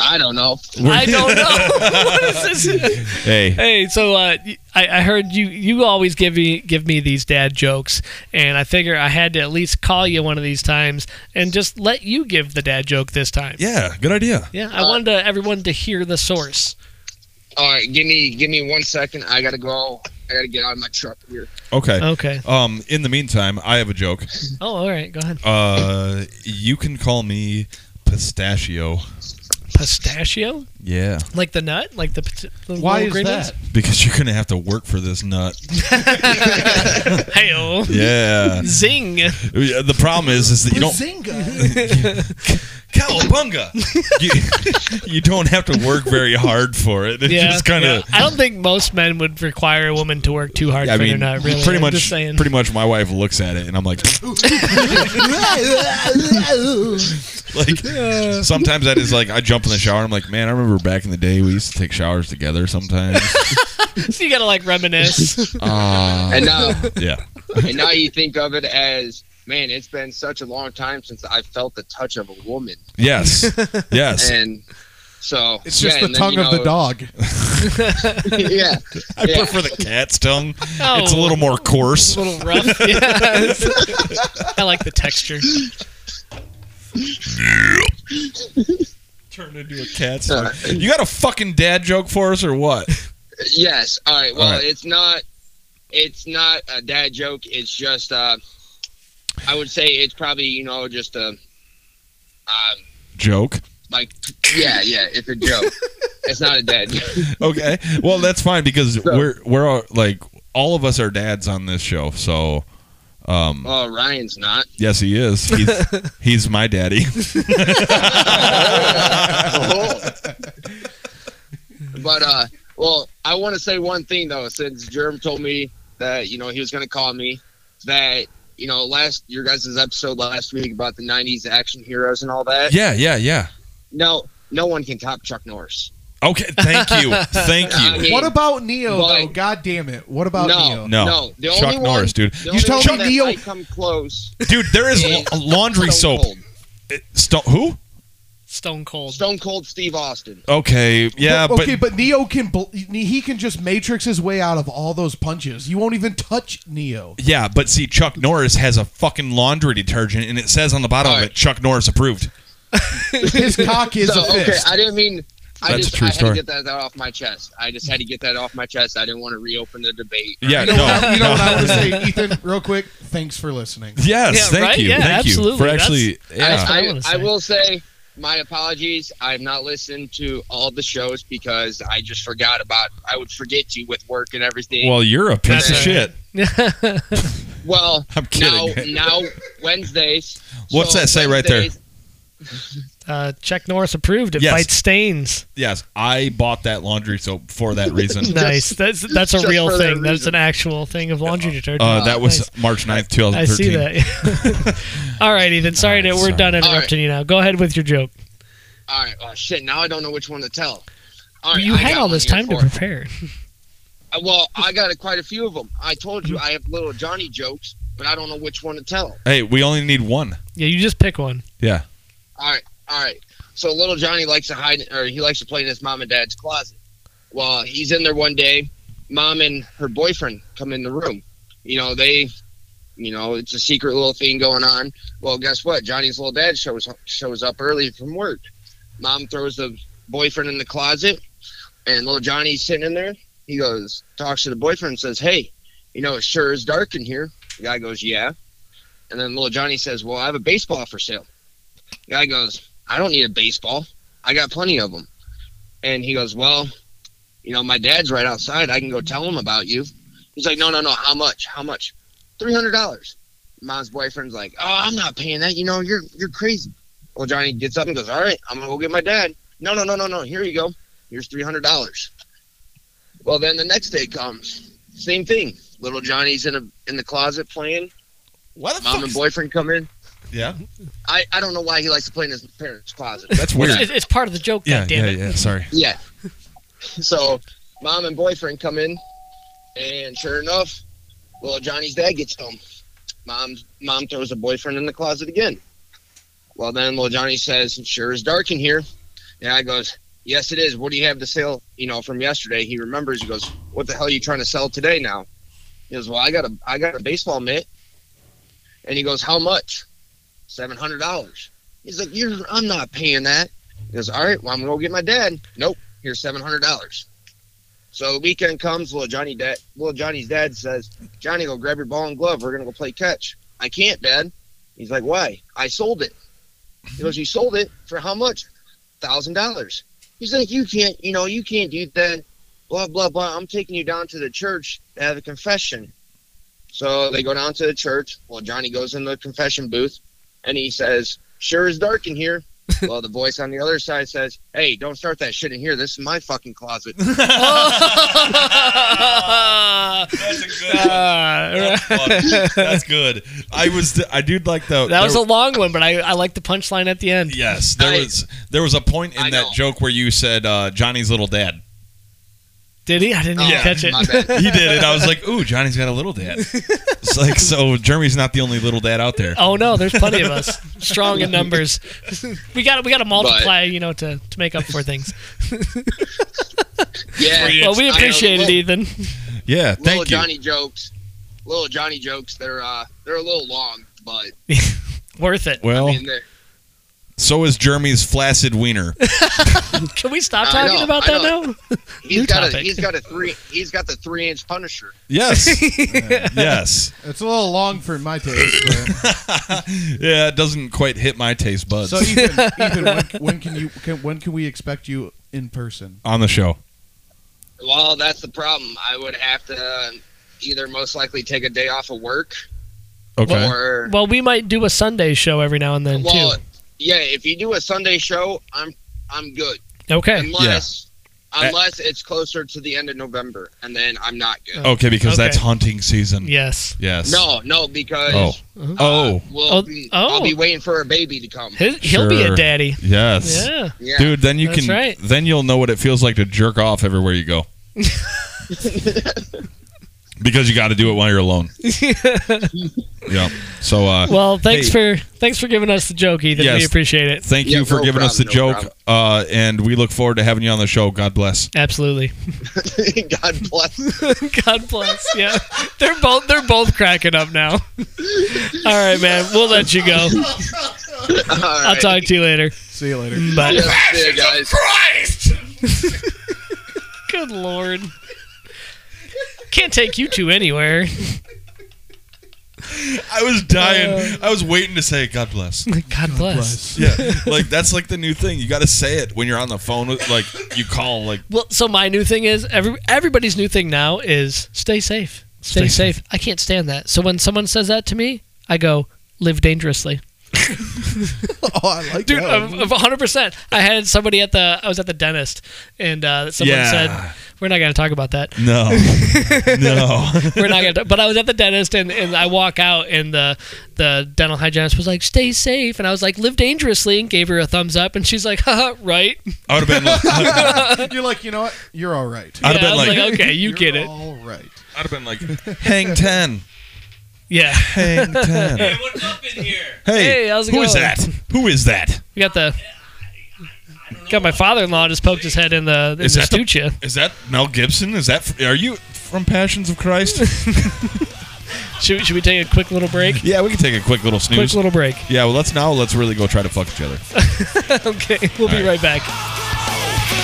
S6: I don't know.
S2: I don't know. what is this?
S1: Hey.
S2: Hey, so uh, y- I, I heard you. You always give me give me these dad jokes, and I figure I had to at least call you one of these times and just let you give the dad joke this time.
S1: Yeah. Good idea.
S2: Yeah, I wanted to, everyone to hear the source.
S6: All right, give me, give me one second. I gotta go. I gotta get out of my truck here.
S1: Okay.
S2: Okay.
S1: Um, in the meantime, I have a joke.
S2: Oh, all right. Go ahead.
S1: Uh, you can call me pistachio.
S2: Pistachio,
S1: Yeah,
S2: like the nut, like the, pit- the
S3: Why
S2: little
S3: is
S2: green
S3: that?
S1: because you're gonna have to work for this nut.
S2: Ones? Hey-o.
S1: Yeah.
S2: Zing.
S1: the problem is, is that you don't
S3: Bazinga.
S1: cowabunga. you, you don't have to work very hard for it. It's
S2: Yeah,
S1: just kind of.
S2: yeah. I don't think most men would require a woman to work too hard
S1: I
S2: for
S1: mean,
S2: their nut. Really,
S1: pretty
S2: I'm
S1: much.
S2: Just saying.
S1: Pretty much, my wife looks at it, and I'm like, like sometimes that is like I jump in the shower. and I'm like, man, I remember back in the day we used to take showers together. Sometimes,
S2: so you gotta like reminisce.
S1: uh,
S6: And now,
S1: yeah,
S6: and now you think of it as man it's been such a long time since i felt the touch of a woman
S1: yes, yes.
S6: and so
S3: It's just
S6: yeah,
S3: the
S6: and then,
S3: tongue
S6: you
S3: of the
S6: know,
S3: dog.
S6: yeah
S1: I
S6: Yeah.
S1: prefer the cat's tongue.
S2: Oh.
S1: It's a little more coarse.
S2: a little rough. Yes. I like the texture.
S1: Turned into a cat's tongue.
S6: Uh,
S1: You got a fucking dad joke for us or what?
S6: yes all right well
S1: All right.
S6: it's not it's not a dad joke it's just uh i would say it's probably you know just a um
S1: Joke.
S6: like yeah yeah it's a joke it's not a dad joke
S1: Okay. Well, that's fine because
S6: So-
S1: we're we're all, like all of us are dads on this show. So, um,
S6: oh ryan's not
S1: yes, he is. He's, he's my daddy.
S6: Oh. But uh, well, I want to say one thing though, since Jerem told me that you know he was going to call me, that you know last your guys' episode last week about the '90s action heroes and all that.
S1: Yeah, yeah, yeah.
S6: No, no one can top Chuck Norris.
S1: Okay, thank you, thank you.
S6: I mean,
S3: What about Neo
S6: But-
S3: though? God damn it! What about
S6: no,
S3: Neo?
S1: No.
S6: no, The
S1: Chuck
S6: only one,
S1: Norris, dude.
S6: The
S1: You
S6: only
S3: tell
S6: one
S3: me
S6: that
S3: Neo-
S6: might come close.
S1: Dude, there is
S6: is
S1: la- laundry
S6: Stone
S1: soap.
S6: Cold.
S1: It- Sto- who?
S2: Stone Cold.
S6: Stone Cold Steve Austin.
S1: Okay, yeah,
S3: But-
S1: but,
S3: okay, but, Neo can bl- he can just matrix his way out of all those punches. You won't even touch Neo.
S1: yeah, but see, Chuck Norris has a fucking laundry detergent, and it says on the bottom of
S6: Alright.
S1: it, Chuck Norris approved.
S3: His cock is
S6: so
S3: a
S6: okay,
S3: fist.
S6: I didn't mean. I
S1: That's
S6: just
S1: a true
S6: I had
S1: story.
S6: to get that, that off my chest. I just had to get that off my chest. I didn't want to reopen the debate.
S1: Yeah,
S3: you know, what,
S1: no,
S3: I, you know
S1: no.
S3: what I want to say, Ethan? Real quick, thanks for listening.
S1: Yes,
S2: Yeah,
S1: thank
S2: right?
S1: you,
S2: Yeah,
S1: thank you
S2: absolutely.
S1: for
S2: That's-
S1: actually. Yeah,
S2: what I
S6: I,
S2: wanna
S6: I, I
S2: say.
S6: will say my apologies. I've not listened to all the shows because I just forgot about. I would forget you with work and everything.
S1: well, you're a piece
S2: That's
S1: of
S2: right.
S1: shit.
S6: Well,
S1: I'm
S6: now
S1: kidding.
S6: now Wednesdays.
S1: What's that say right there?
S6: Wednesdays-
S2: Uh, Chuck Norris approved. It
S1: Yes.
S2: fights stains.
S1: Yes, I bought that laundry soap for that reason.
S2: Nice. That's that's a
S6: just
S2: real
S6: for that
S2: thing. That's
S6: reason.
S2: an actual thing of laundry detergent.
S1: Uh, that was
S2: Nice.
S1: March 9th,
S2: I
S1: 2013.
S2: see that. All right, Ethan.
S1: All
S2: Sorry,
S1: right,
S2: that we're
S1: sorry.
S2: done
S6: right.
S2: interrupting you now. Go ahead with your joke.
S6: All right. Oh shit! Now I don't know which one to tell. All right,
S2: you
S6: I
S2: had
S6: got
S2: all
S6: one
S2: this
S6: here
S2: time to
S6: for it.
S2: prepare.
S6: Uh, Well, I got quite a few of them. I told you I have little Johnny jokes, but I don't know which one to tell.
S1: Hey, we only need one.
S2: Yeah, you just pick one.
S1: Yeah.
S6: All right, all right. So little Johnny likes to hide, or he likes to play in his mom and dad's closet. Well, he's in there one day. Mom and her boyfriend come in the room. You know they, you know it's a secret little thing going on. Well, guess what? Johnny's little dad shows shows up early from work. Mom throws the boyfriend in the closet, and little Johnny's sitting in there. He goes, talks to the boyfriend, and says, "Hey, you know it sure is dark in here." The guy goes, "Yeah," and then little Johnny says, "Well, I have a baseball for sale." Guy goes, I don't need a baseball. I got plenty of them. And he goes, Well, you know, my dad's right outside. I can go tell him about you. He's like, No, no, no. How much? How much? Three hundred dollars. Mom's boyfriend's like, Oh, I'm not paying that. You know, you're you're crazy. Well, Johnny gets up and goes, All right, I'm gonna go get my dad. No, no, no, no, no. Here you go. Here's three hundred dollars. Well, then the next day comes. Same thing. Little Johnny's in a in the closet playing.
S1: What the
S6: Mom and boyfriend come in.
S1: Yeah.
S6: I, I don't know why he likes to play in his parents' closet.
S1: That's weird.
S2: It's, it's part of the joke.
S1: yeah,
S2: God
S1: yeah,
S2: damn it.
S1: yeah. Sorry.
S6: Yeah. So mom and boyfriend come in, and sure enough, well Johnny's dad gets home. Mom's mom throws the boyfriend in the closet again. Well then little Johnny says, "Sure is dark in here." And I goes, "Yes it is. What do you have to sell? You know from yesterday?" He remembers. He goes, "What the hell are you trying to sell today now?" He goes, "Well I got a I got a baseball mitt." And he goes, "How much?" Seven hundred dollars. He's like, "You're I'm not paying that." He goes, all right, well, I'm going to go get my dad. Nope, here's $700. So the weekend comes, little, Johnny dad, little Johnny's dad says, Johnny, go grab your ball and glove. We're going to go play catch. I can't, Dad. He's like, why? I sold it. He goes, you sold it for how much? $1,000. He's like, you can't, you know, you can't do that. Blah, blah, blah. I'm taking you down to the church to have a confession. So they go down to the church. Well, Johnny goes in the confession booth and he says, sure is dark in here. Well, the voice on the other side says, "Hey, don't start that shit in here. This is my fucking closet."
S1: That's a good That's good. I was. I do like the.
S2: that was a long one, but I, I like the punchline at the end.
S1: Yes, there
S6: I-
S1: was. There was a point in
S6: I
S1: that
S6: know.
S1: joke where you said uh, Johnny's little dad.
S2: Did he? I didn't even
S6: Yeah,
S2: catch it.
S6: Oh, my bad.
S1: He did it. I was like, "Ooh, Johnny's got a little dad." It's like so. Jeremy's not the only little dad out there.
S2: Oh no, there's plenty of us. Strong in numbers. we got we got to multiply, you know, to, to make up for things.
S6: Yeah.
S2: Well, we
S6: I know.
S2: appreciate it,
S6: Little-
S2: Ethan.
S1: Yeah,
S6: Little
S1: thank you.
S6: Johnny jokes. Little Johnny jokes. They're uh, they're a little long, but
S2: Worth it.
S1: Well,
S6: I mean, they're-
S1: so is Jeremy's flaccid wiener.
S2: Can we stop
S6: I
S2: talking
S6: know,
S2: about
S6: I
S2: that
S6: know.
S2: now? New
S6: he's got a
S2: topic.
S6: he's got a three he's got the three inch Punisher.
S1: Yes, yes.
S3: It's a little long for my taste.
S1: Yeah, it doesn't quite hit my taste buds
S3: But. so Ethan, Ethan when, when can you can, when can we expect you in person?
S1: on the show.
S6: Well, that's the problem. I would have to uh, either most likely take a day off of work
S1: Okay.
S6: or
S2: Well, we might do a Sunday show every now and then
S6: well,
S2: too.
S6: yeah. If you do a Sunday show, I'm I'm good
S2: Okay.
S6: unless unless it's closer to the end of November, and then I'm not good.
S1: Okay, because
S2: Okay.
S1: that's hunting season.
S2: Yes.
S1: Yes.
S6: No, no, because uh,
S1: Oh.
S2: Uh-huh.
S1: Oh.
S6: we'll
S2: Oh,
S6: be,
S2: oh.
S6: I'll be waiting for a baby to come.
S2: His, He'll be a
S1: Sure.
S2: daddy.
S1: Yes.
S2: Yeah.
S6: Yeah.
S1: Dude, then you
S2: That's
S1: can.
S2: right.
S1: Then you'll know what it feels like to jerk off everywhere you go. because you got to do it while you're alone. yeah. So. Uh,
S2: Well, thanks
S1: Hey.
S2: for thanks for giving us the joke, Ethan.
S1: Yes.
S2: We appreciate it.
S1: Thank
S6: Yeah,
S1: you for
S6: no
S1: giving us the
S6: problem, no
S1: joke, uh, and we look forward to having you on the show. God bless.
S2: Absolutely.
S6: God bless.
S2: God bless. Yeah. They're both they're both cracking up now. All right, man. We'll let you go.
S6: All
S2: I'll
S6: right.
S2: talk to you later.
S3: See you later.
S2: Bye.
S6: Yeah, see ya, guys.
S2: Good lord. Can't take you two anywhere.
S1: I was
S2: Uh.
S1: dying. I was waiting to say God bless.
S2: God bless.
S1: Yeah, like that's like the new thing. You got to say it when you're on the phone. With, like you call, like
S2: Well, so my new thing is every everybody's new thing now is stay safe. Stay,
S1: Stay
S2: safe. I can't stand that. So when someone says that to me, I go live dangerously.
S3: Oh, I like
S2: Dude,
S3: that.
S2: of
S3: one.
S2: of 100%. I had somebody at the I was at the dentist and uh, someone
S1: Yeah.
S2: said we're not going to talk about that.
S1: no, no.
S2: We're not gonna. But I was at the dentist, and, and I walk out, and the the dental hygienist was like, "Stay safe," and I was like, "Live dangerously," and gave her a thumbs up, and she's like, "Haha, right."
S1: I would have been. Like, I'd
S3: You're like, you know what? You're all right.
S1: have
S2: yeah, I
S1: been
S2: was
S1: like,
S2: like, "Okay, you
S3: You're
S2: get it."
S3: All right.
S1: I'd have been like, hang ten,
S2: Yeah.
S1: hang ten. Hey,
S7: what's up in here?
S2: Hey, how's it
S1: who is
S2: going?
S1: that? Who is that?
S2: We got the. Got my father-in-law just poked his head in the in
S1: Is
S2: the
S1: that the-
S2: stucha.
S1: Is that Mel Gibson? Is that? Are you from Passions of Christ?
S2: Should, should we take a quick little break?
S1: yeah, we can take a quick little
S2: Quick
S1: snooze.
S2: little break.
S1: yeah, well, let's now let's really go try to fuck each other.
S2: Okay, we'll be
S1: All right.
S2: right back.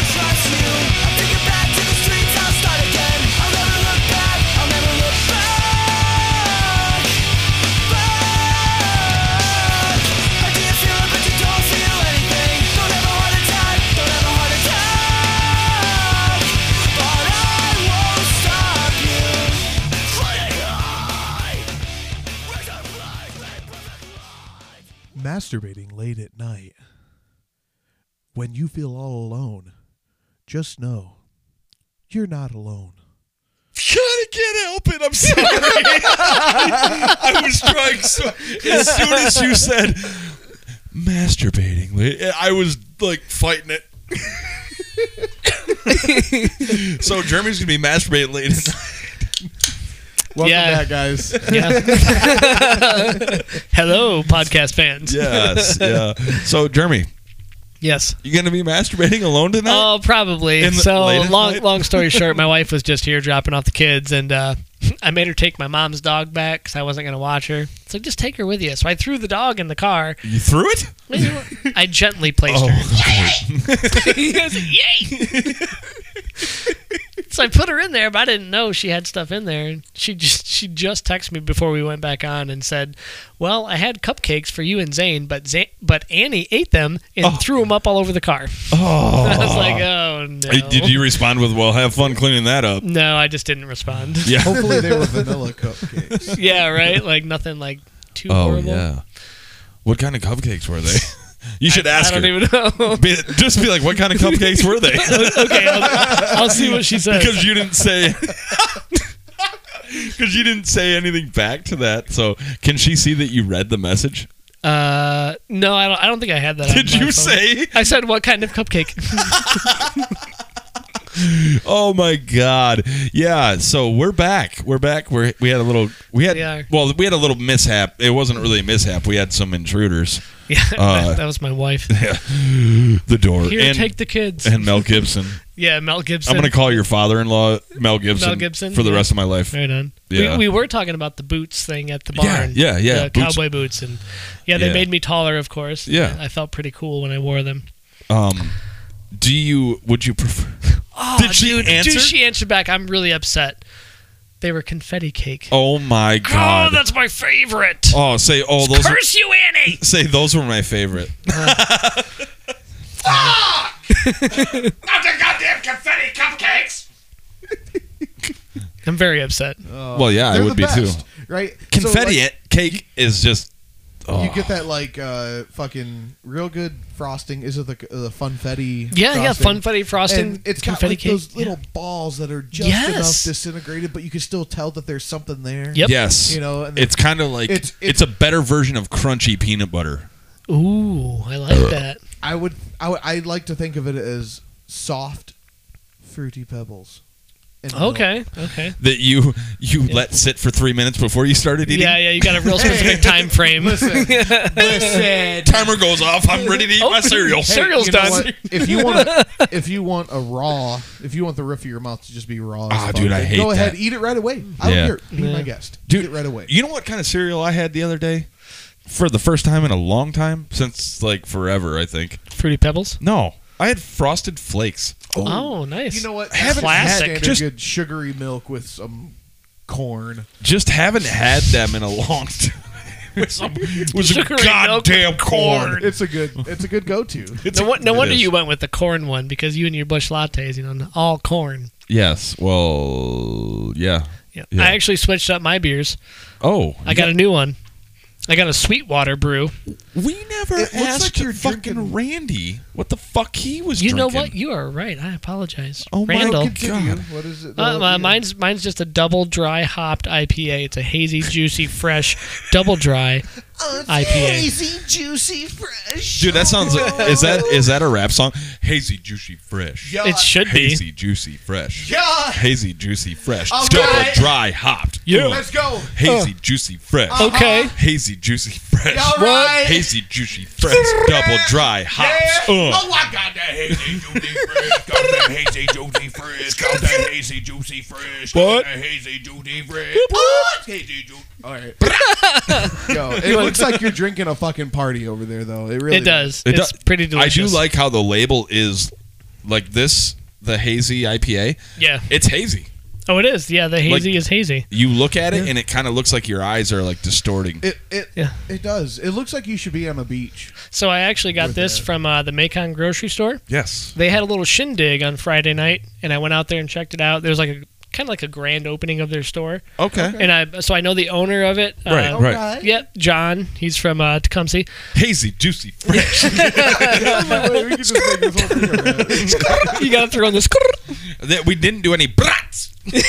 S3: Masturbating late at night. When you feel all alone, just know you're not alone.
S1: I can't help it. I'm sorry. I was trying so. As soon as you said masturbating, I was like fighting it. so Jeremy's gonna be masturbating late. at night.
S3: Welcome
S2: Yeah.
S3: back, guys.
S2: Yeah. Hello, podcast fans.
S1: Yes. Yeah. So Jeremy,
S2: Yes.
S1: you gonna be masturbating alone tonight?
S2: Oh, probably.
S1: In the- late
S2: so
S1: at
S2: long,
S1: night?
S2: long story short, my wife was just here dropping off the kids, and uh, I made her take my mom's dog back because I wasn't gonna watch her. So just take her with you. So I threw the dog in the car.
S1: you threw it?
S2: I gently placed her.
S1: Oh,
S2: He goes, Yay! so I put her in there, but I didn't know she had stuff in there. And she just she just texted me before we went back on and said, "Well, I had cupcakes for you and Zane, but Zane, but Annie ate them
S1: Oh.
S2: and threw them up all over the car." I was like, "Oh no."
S1: Hey, Did you respond with "Well, have fun cleaning that up"?
S2: No, I just didn't respond.
S1: Yeah.
S3: Hopefully they were vanilla cupcakes.
S2: yeah, right? Like nothing like too horrible.
S1: Oh, What kind of cupcakes were they? You should ask
S2: I
S1: her.
S2: don't even know.
S1: Be- just be like, what kind of cupcakes were they?
S2: okay, I'll, I'll see what she says.
S1: because you didn't say. Because you didn't say anything back to that, so can she see that you read the message?
S2: uh, no, I don't. I don't think I had that. on
S1: Did
S2: my
S1: you
S2: phone.
S1: say?
S2: I said what kind of cupcake?
S1: Oh my god! Yeah, so we're back. We're back. We're, we had a little. We had
S2: We are.
S1: well, we had a little mishap. It wasn't really a mishap. We had some intruders.
S2: yeah,
S1: Uh,
S2: that, that was my wife.
S1: The door
S2: Here,
S1: and
S2: take the kids.
S1: and Mel Gibson.
S2: yeah, Mel Gibson.
S1: I'm gonna call your father-in-law Mel Gibson,
S2: Gibson,
S1: for the
S2: yeah.
S1: rest of my life.
S2: Right on.
S1: Yeah.
S2: We, we were talking about the boots thing at the
S1: Yeah,
S2: barn.
S1: yeah, yeah,
S2: The
S1: boots.
S2: cowboy boots and yeah, they
S1: Yeah.
S2: made me taller, of course.
S1: Yeah.
S2: I felt pretty cool when I wore them.
S1: Um, do you? Would you prefer?
S2: Oh,
S1: Did she
S2: dude,
S1: answer?
S2: Dude, she answered back. I'm really upset. They were confetti cake.
S1: Oh my
S2: Oh,
S1: god!
S2: that's my favorite.
S1: Oh, say oh those were,
S2: Curse you, Annie!
S1: say those were my favorite.
S2: I'm very upset.
S1: well, yeah, I
S3: They're
S1: would
S3: the
S1: be
S3: best,
S1: too.
S3: Right? So,
S1: Confetti
S3: like,
S1: cake is just
S4: Oh.
S3: You get that like uh, fucking real good frosting. Is it the uh, the funfetti?
S2: Yeah, yeah,
S3: frosting?
S2: funfetti frosting.
S3: And it's got
S2: confetti
S3: like
S2: cake.
S3: those little balls that are just
S2: Yes.
S3: enough disintegrated, but you can still tell that there's something there.
S2: Yep.
S1: Yes.
S3: You know, and
S1: it's kind of like
S3: it's-
S1: it's,
S3: it's-
S1: a better version of crunchy peanut butter.
S2: yeah. Ooh, I
S1: Uh,
S2: like that.
S3: I would, I would, I like to think of it as soft, fruity pebbles. And milk.
S2: Okay, okay.
S1: That you you let sit for three minutes before you started eating.
S2: Yeah, yeah. You got a real specific time frame.
S3: Listen, listen.
S1: Timer goes off. I'm ready to eat my cereal.
S2: Cereal's
S3: You know
S2: done.
S3: what? If you want, a, if you want a raw, if you want the roof of your mouth to just be raw, as
S1: Ah,
S3: fuck,
S1: dude, I
S3: then
S1: hate
S3: Go ahead,
S1: that.
S3: eat it right away. I don't
S1: Yeah.
S3: care. Be my
S2: Yeah.
S3: guest.
S1: Dude,
S3: eat it right away.
S1: You know what kind of cereal I had the other day? For the first time in a long time, since like forever, I think.
S2: Fruity Pebbles.
S1: No, I had frosted flakes.
S2: Oh, nice.
S3: You know what?
S2: I haven't
S3: had
S2: Classic.
S3: standard
S1: Just-
S3: good sugary milk with some corn.
S1: Just haven't had them in a long time. With some, with some
S2: Sugary milk
S1: goddamn
S2: with
S1: corn.
S3: It's a good. It's a good go-to.
S1: It's-
S2: No, won- no
S1: it
S2: wonder
S1: is.
S2: you went with the corn one because you and your bush lattes, you know, all corn.
S1: Yes. Well, yeah.
S2: Yeah.
S1: Yeah.
S2: I actually switched up my beers.
S1: Oh,
S2: I got a new one. I got a Sweetwater brew.
S1: We never
S3: It looks
S1: asked
S3: like you're
S1: fucking
S3: drinking-
S1: Randy what the fuck he was.
S2: You know
S1: drinking.
S2: what? You are right. I apologize.
S1: Oh my
S2: Randall.
S3: Continue.
S1: God.
S3: What is it?
S2: Uh,
S3: though?
S2: my- mine's mine's just a double dry hopped IPA. It's a hazy, juicy, fresh double dry IPA.
S3: juicy, fresh.
S1: Dude, that sounds. Is that is that a rap song? Hazy, juicy, fresh.
S3: Yeah.
S2: It should be.
S1: Hazy, juicy, fresh.
S3: Yeah.
S1: Hazy, juicy, fresh.
S3: All
S1: Double
S3: right.
S1: dry hopped.
S2: Yeah.
S1: Ooh.
S3: Let's go.
S1: Hazy, juicy, fresh.
S2: Okay.
S1: Hazy, juicy, fresh.
S3: All right.
S1: Hazy, juicy, fresh. Double dry hops. Uh, Ugh.
S5: Oh, I got that hazy juicy fresh, got that hazy juicy fresh, got that hazy juicy fresh, got
S1: What?
S5: that hazy juicy fresh, hazy juicy.
S3: All right. Yo, it looks like you're drinking a fucking party over there, though. It really
S2: It does.
S1: It
S2: it's
S1: do-
S2: pretty delicious.
S1: I do like how the label is like this. The hazy IPA.
S2: Yeah.
S1: It's hazy.
S2: Oh, it is. Yeah, the hazy is hazy.
S1: You look at it and it kind of looks like your eyes are like distorting.
S3: It it
S2: Yeah.
S3: it does. It looks like you should be on a beach.
S2: So I actually got this from uh, the Macon grocery store.
S1: yes.
S2: They had a little shindig on Friday night, and I went out there and checked it out. There was like a kind of like a grand opening of their store,
S1: Okay.
S2: and I so I know the owner of it.
S1: Right,
S2: Uh,
S1: right.
S2: Yep, John. He's from uh, Tecumseh.
S1: Hazy, juicy, fresh.
S3: Wait, we could just make this whole thing over.
S2: You got to throw in this.
S1: that we didn't do any brats. you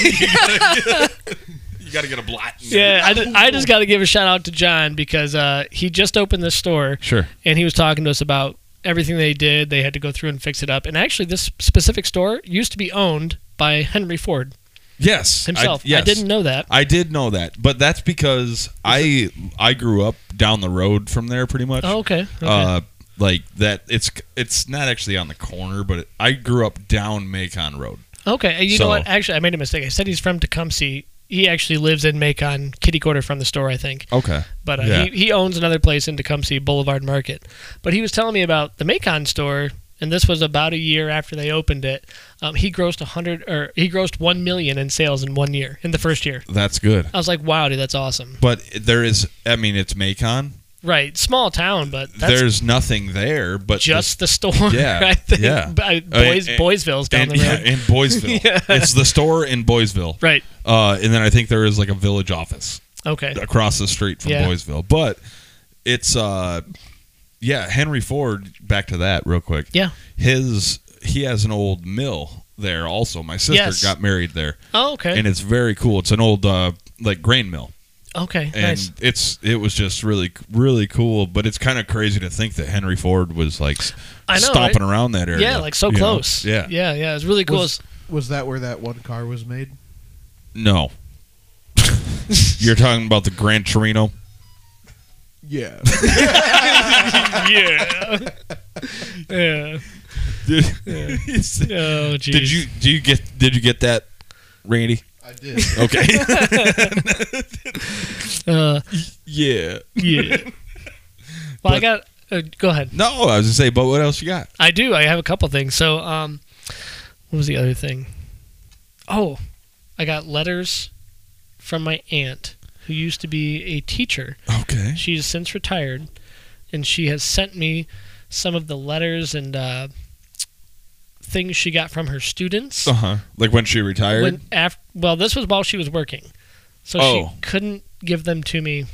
S1: got to get a blot.
S2: Yeah, I just, I just got to give a shout out to John because uh, he just opened this store.
S1: Sure.
S2: And he was talking to us about everything they did. They had to go through and fix it up. And actually, this specific store used to be owned by Henry Ford
S1: Yes.
S2: himself. I,
S1: yes.
S2: didn't know that.
S1: I did know that, but that's because I I grew up down the road from there pretty much.
S2: Oh, okay. okay.
S1: Uh, like that, it's it's not actually on the corner, but it, I grew up down Macon Road.
S2: okay. You
S1: so-
S2: know what? Actually, I made a mistake. I said he's from Tecumseh. He actually lives in Macon, kitty quarter from the store, I think.
S1: Okay.
S2: But uh,
S1: Yeah.
S2: he, he owns another place in Tecumseh Boulevard Market. But he was telling me about the Macon store, and this was about a year after they opened it. Um, he grossed a hundred or he grossed one million in sales in one year in the first year.
S1: That's good.
S2: I was like, wow, dude, that's awesome.
S1: But there is, I mean, it's Macon.
S2: Right, small town, but that's
S1: There's nothing there, but
S2: just the store.
S1: Yeah,
S2: I think.
S1: yeah.
S2: By-
S1: Uh,
S2: Boys,
S1: and-
S2: Boysville's down
S1: and,
S2: the
S1: yeah,
S2: road.
S1: in Boysville. It's the store in Boysville.
S2: Right.
S1: Uh, and then I think there is like a village office
S2: Okay.
S1: across the street from
S2: Yeah.
S1: Boysville. But it's uh yeah, Henry Ford, back to that real quick.
S2: Yeah.
S1: His he has an old mill there also. My sister
S2: Yes.
S1: got married there.
S2: Oh, okay.
S1: And it's very cool. It's an old uh like grain mill.
S2: okay.
S1: And
S2: nice.
S1: it's it was just really really cool, but it's kind of crazy to think that Henry Ford was like s-
S2: I know,
S1: stomping around that area.
S2: Yeah, like so
S1: you know?
S2: close.
S1: Yeah.
S2: Yeah. Yeah. It's really cool.
S3: Was- Was that where that one car was made?
S1: No. You're talking about the Gran Torino?
S3: Yeah.
S2: yeah. yeah.
S1: Did,
S2: Oh, geez.
S1: did you do you get did you get that Randy?
S3: I did.
S1: Okay.
S2: Uh,
S1: yeah.
S2: yeah. well, I
S1: But-
S2: got. Uh, go ahead.
S1: No, I was gonna say, but what else you got?
S2: I do. I have a couple things. So, um, what was the other thing? Oh, I got letters from my aunt who used to be a teacher.
S1: Okay.
S2: She's since retired, and she has sent me some of the letters and uh, things she got from her students.
S1: Uh huh. Like when she retired.
S2: When af well, this was while she was working, so
S1: Oh.
S2: she couldn't give them to me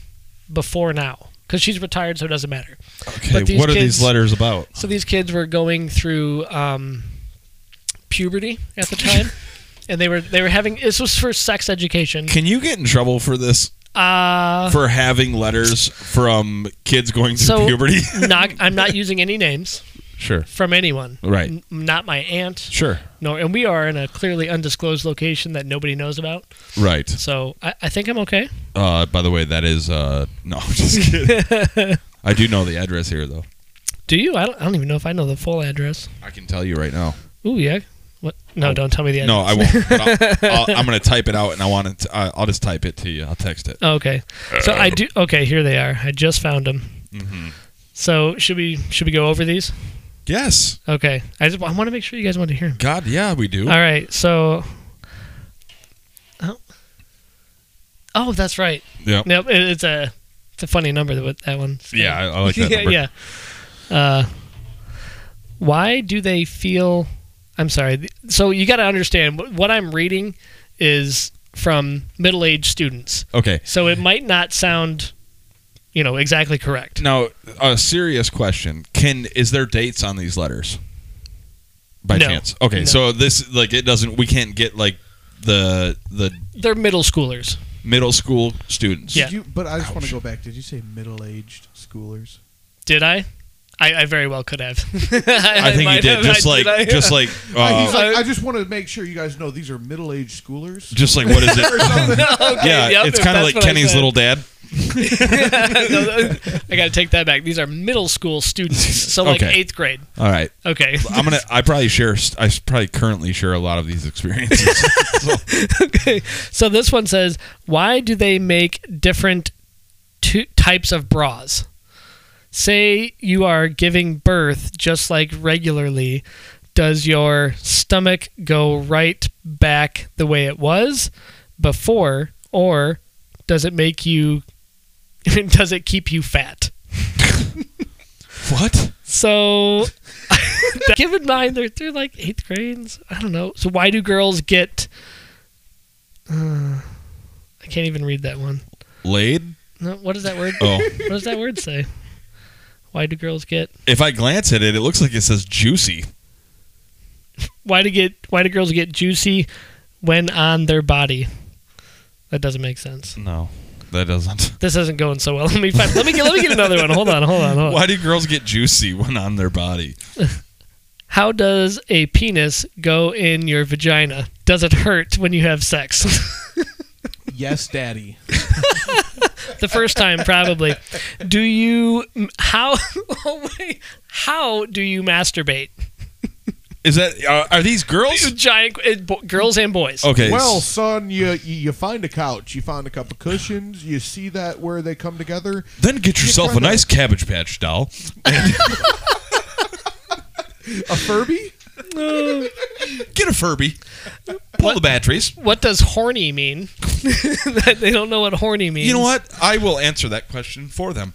S2: before now because she's retired, so it doesn't matter.
S1: Okay,
S2: But these
S1: what are
S2: kids-
S1: these letters about?
S2: So these kids were going through um, puberty at the time, and they were they were having this was for sex education.
S1: Can you get in trouble for this?
S2: Uh,
S1: For having letters from kids going through
S2: So-
S1: puberty?
S2: not I'm not using any names
S1: sure.
S2: from anyone.
S1: Right.
S2: N- not my aunt.
S1: Sure.
S2: No, and we are in a clearly undisclosed location that nobody knows about.
S1: Right.
S2: So I, I think I'm okay.
S1: Uh, by the way, that is uh, no, I'm just kidding. I do know the address here though.
S2: Do you? I don't, I don't even know if I know the full address.
S1: I can tell you right now.
S2: Ooh, yeah. What? No, don't tell me the address.
S1: Oh. No, I won't. But I'll, I'll, I'm going to type it out, and I want to. I- I'll just type it to you. I'll text it.
S2: Oh, Okay. So I do. Okay, here they are. I just found them.
S1: Mm-hmm.
S2: So should we should we go over these?
S1: Yes.
S2: Okay. I just I want to make sure you guys want to hear them.
S1: God, yeah, we do.
S2: All right. So. Oh. Oh, that's right.
S1: Yep.
S2: Yep. It, it's a it's a funny number that that one.
S1: Yeah, I, I like that.
S2: yeah,
S1: number.
S2: yeah. Uh, why do they feel? I'm sorry. th- So you got to understand wh- what I'm reading is from middle-aged students,
S1: Okay.
S2: so it might not sound, you know, exactly correct.
S1: Now, a serious question: Can is there dates on these letters? By
S2: No.
S1: chance? Okay,
S2: No.
S1: so this like it doesn't. We can't get like the the
S2: They're middle schoolers.
S1: middle school students.
S2: Yeah.
S3: Did you, but I just want
S1: Ouch.
S3: to go back. Did you say middle-aged schoolers?
S2: Did I? I, I very well could have.
S1: I, think you
S2: might
S1: did.
S2: have.
S1: Just
S2: I-
S1: like,
S2: I-
S1: just like, uh,
S3: He's like,
S2: I-
S3: I just want to make sure you guys know these are middle-aged schoolers.
S1: just like what is it?
S3: Or something.
S2: Okay,
S1: yeah,
S2: yep,
S1: it's
S2: if
S1: kind of like
S2: that's what I
S1: Kenny's
S2: said.
S1: little dad.
S2: No, I got to take that back. These are middle school students, so like
S1: Okay.
S2: eighth grade.
S1: All right,
S2: Okay.
S1: I'm gonna. I probably share. I probably currently share a lot of these experiences.
S2: Okay. So this one says, why do they make different two types of bras? Say you are giving birth just like regularly, does your stomach go right back the way it was before or does it make you does it keep you fat?
S1: what?
S2: So keep in mind they're through like 8th grades. I don't know. So why do girls get uh, I can't even read that one.
S1: Laid?
S2: No, what does that word?
S1: Oh,
S2: What does that word say? Why do girls get?
S1: if I glance at it, it looks like it says juicy.
S2: Why do get? Why do girls get juicy when on their body? That doesn't make sense.
S1: No, that doesn't.
S2: This isn't going so well. Let me find, let me get let me get another one. Hold on, hold on, hold on.
S1: Why do girls get juicy when on their body?
S2: How does a penis go in your vagina? Does it hurt when you have sex?
S3: yes, daddy.
S2: the first time, probably. Do you how? Oh wait, how do you masturbate?
S1: Is that are, are these girls?
S2: Giant it, bo- girls and boys.
S1: Okay.
S3: Well,
S1: Well,
S3: son, you you you find a couch, you find a couple cushions, you see that where they come together.
S1: then get yourself a
S3: trying to-
S1: nice cabbage patch doll.
S3: A Furby?
S1: Get a Furby. Pull the batteries.
S2: what does horny mean? That they don't know what horny means.
S1: You know what? I will answer that question for them.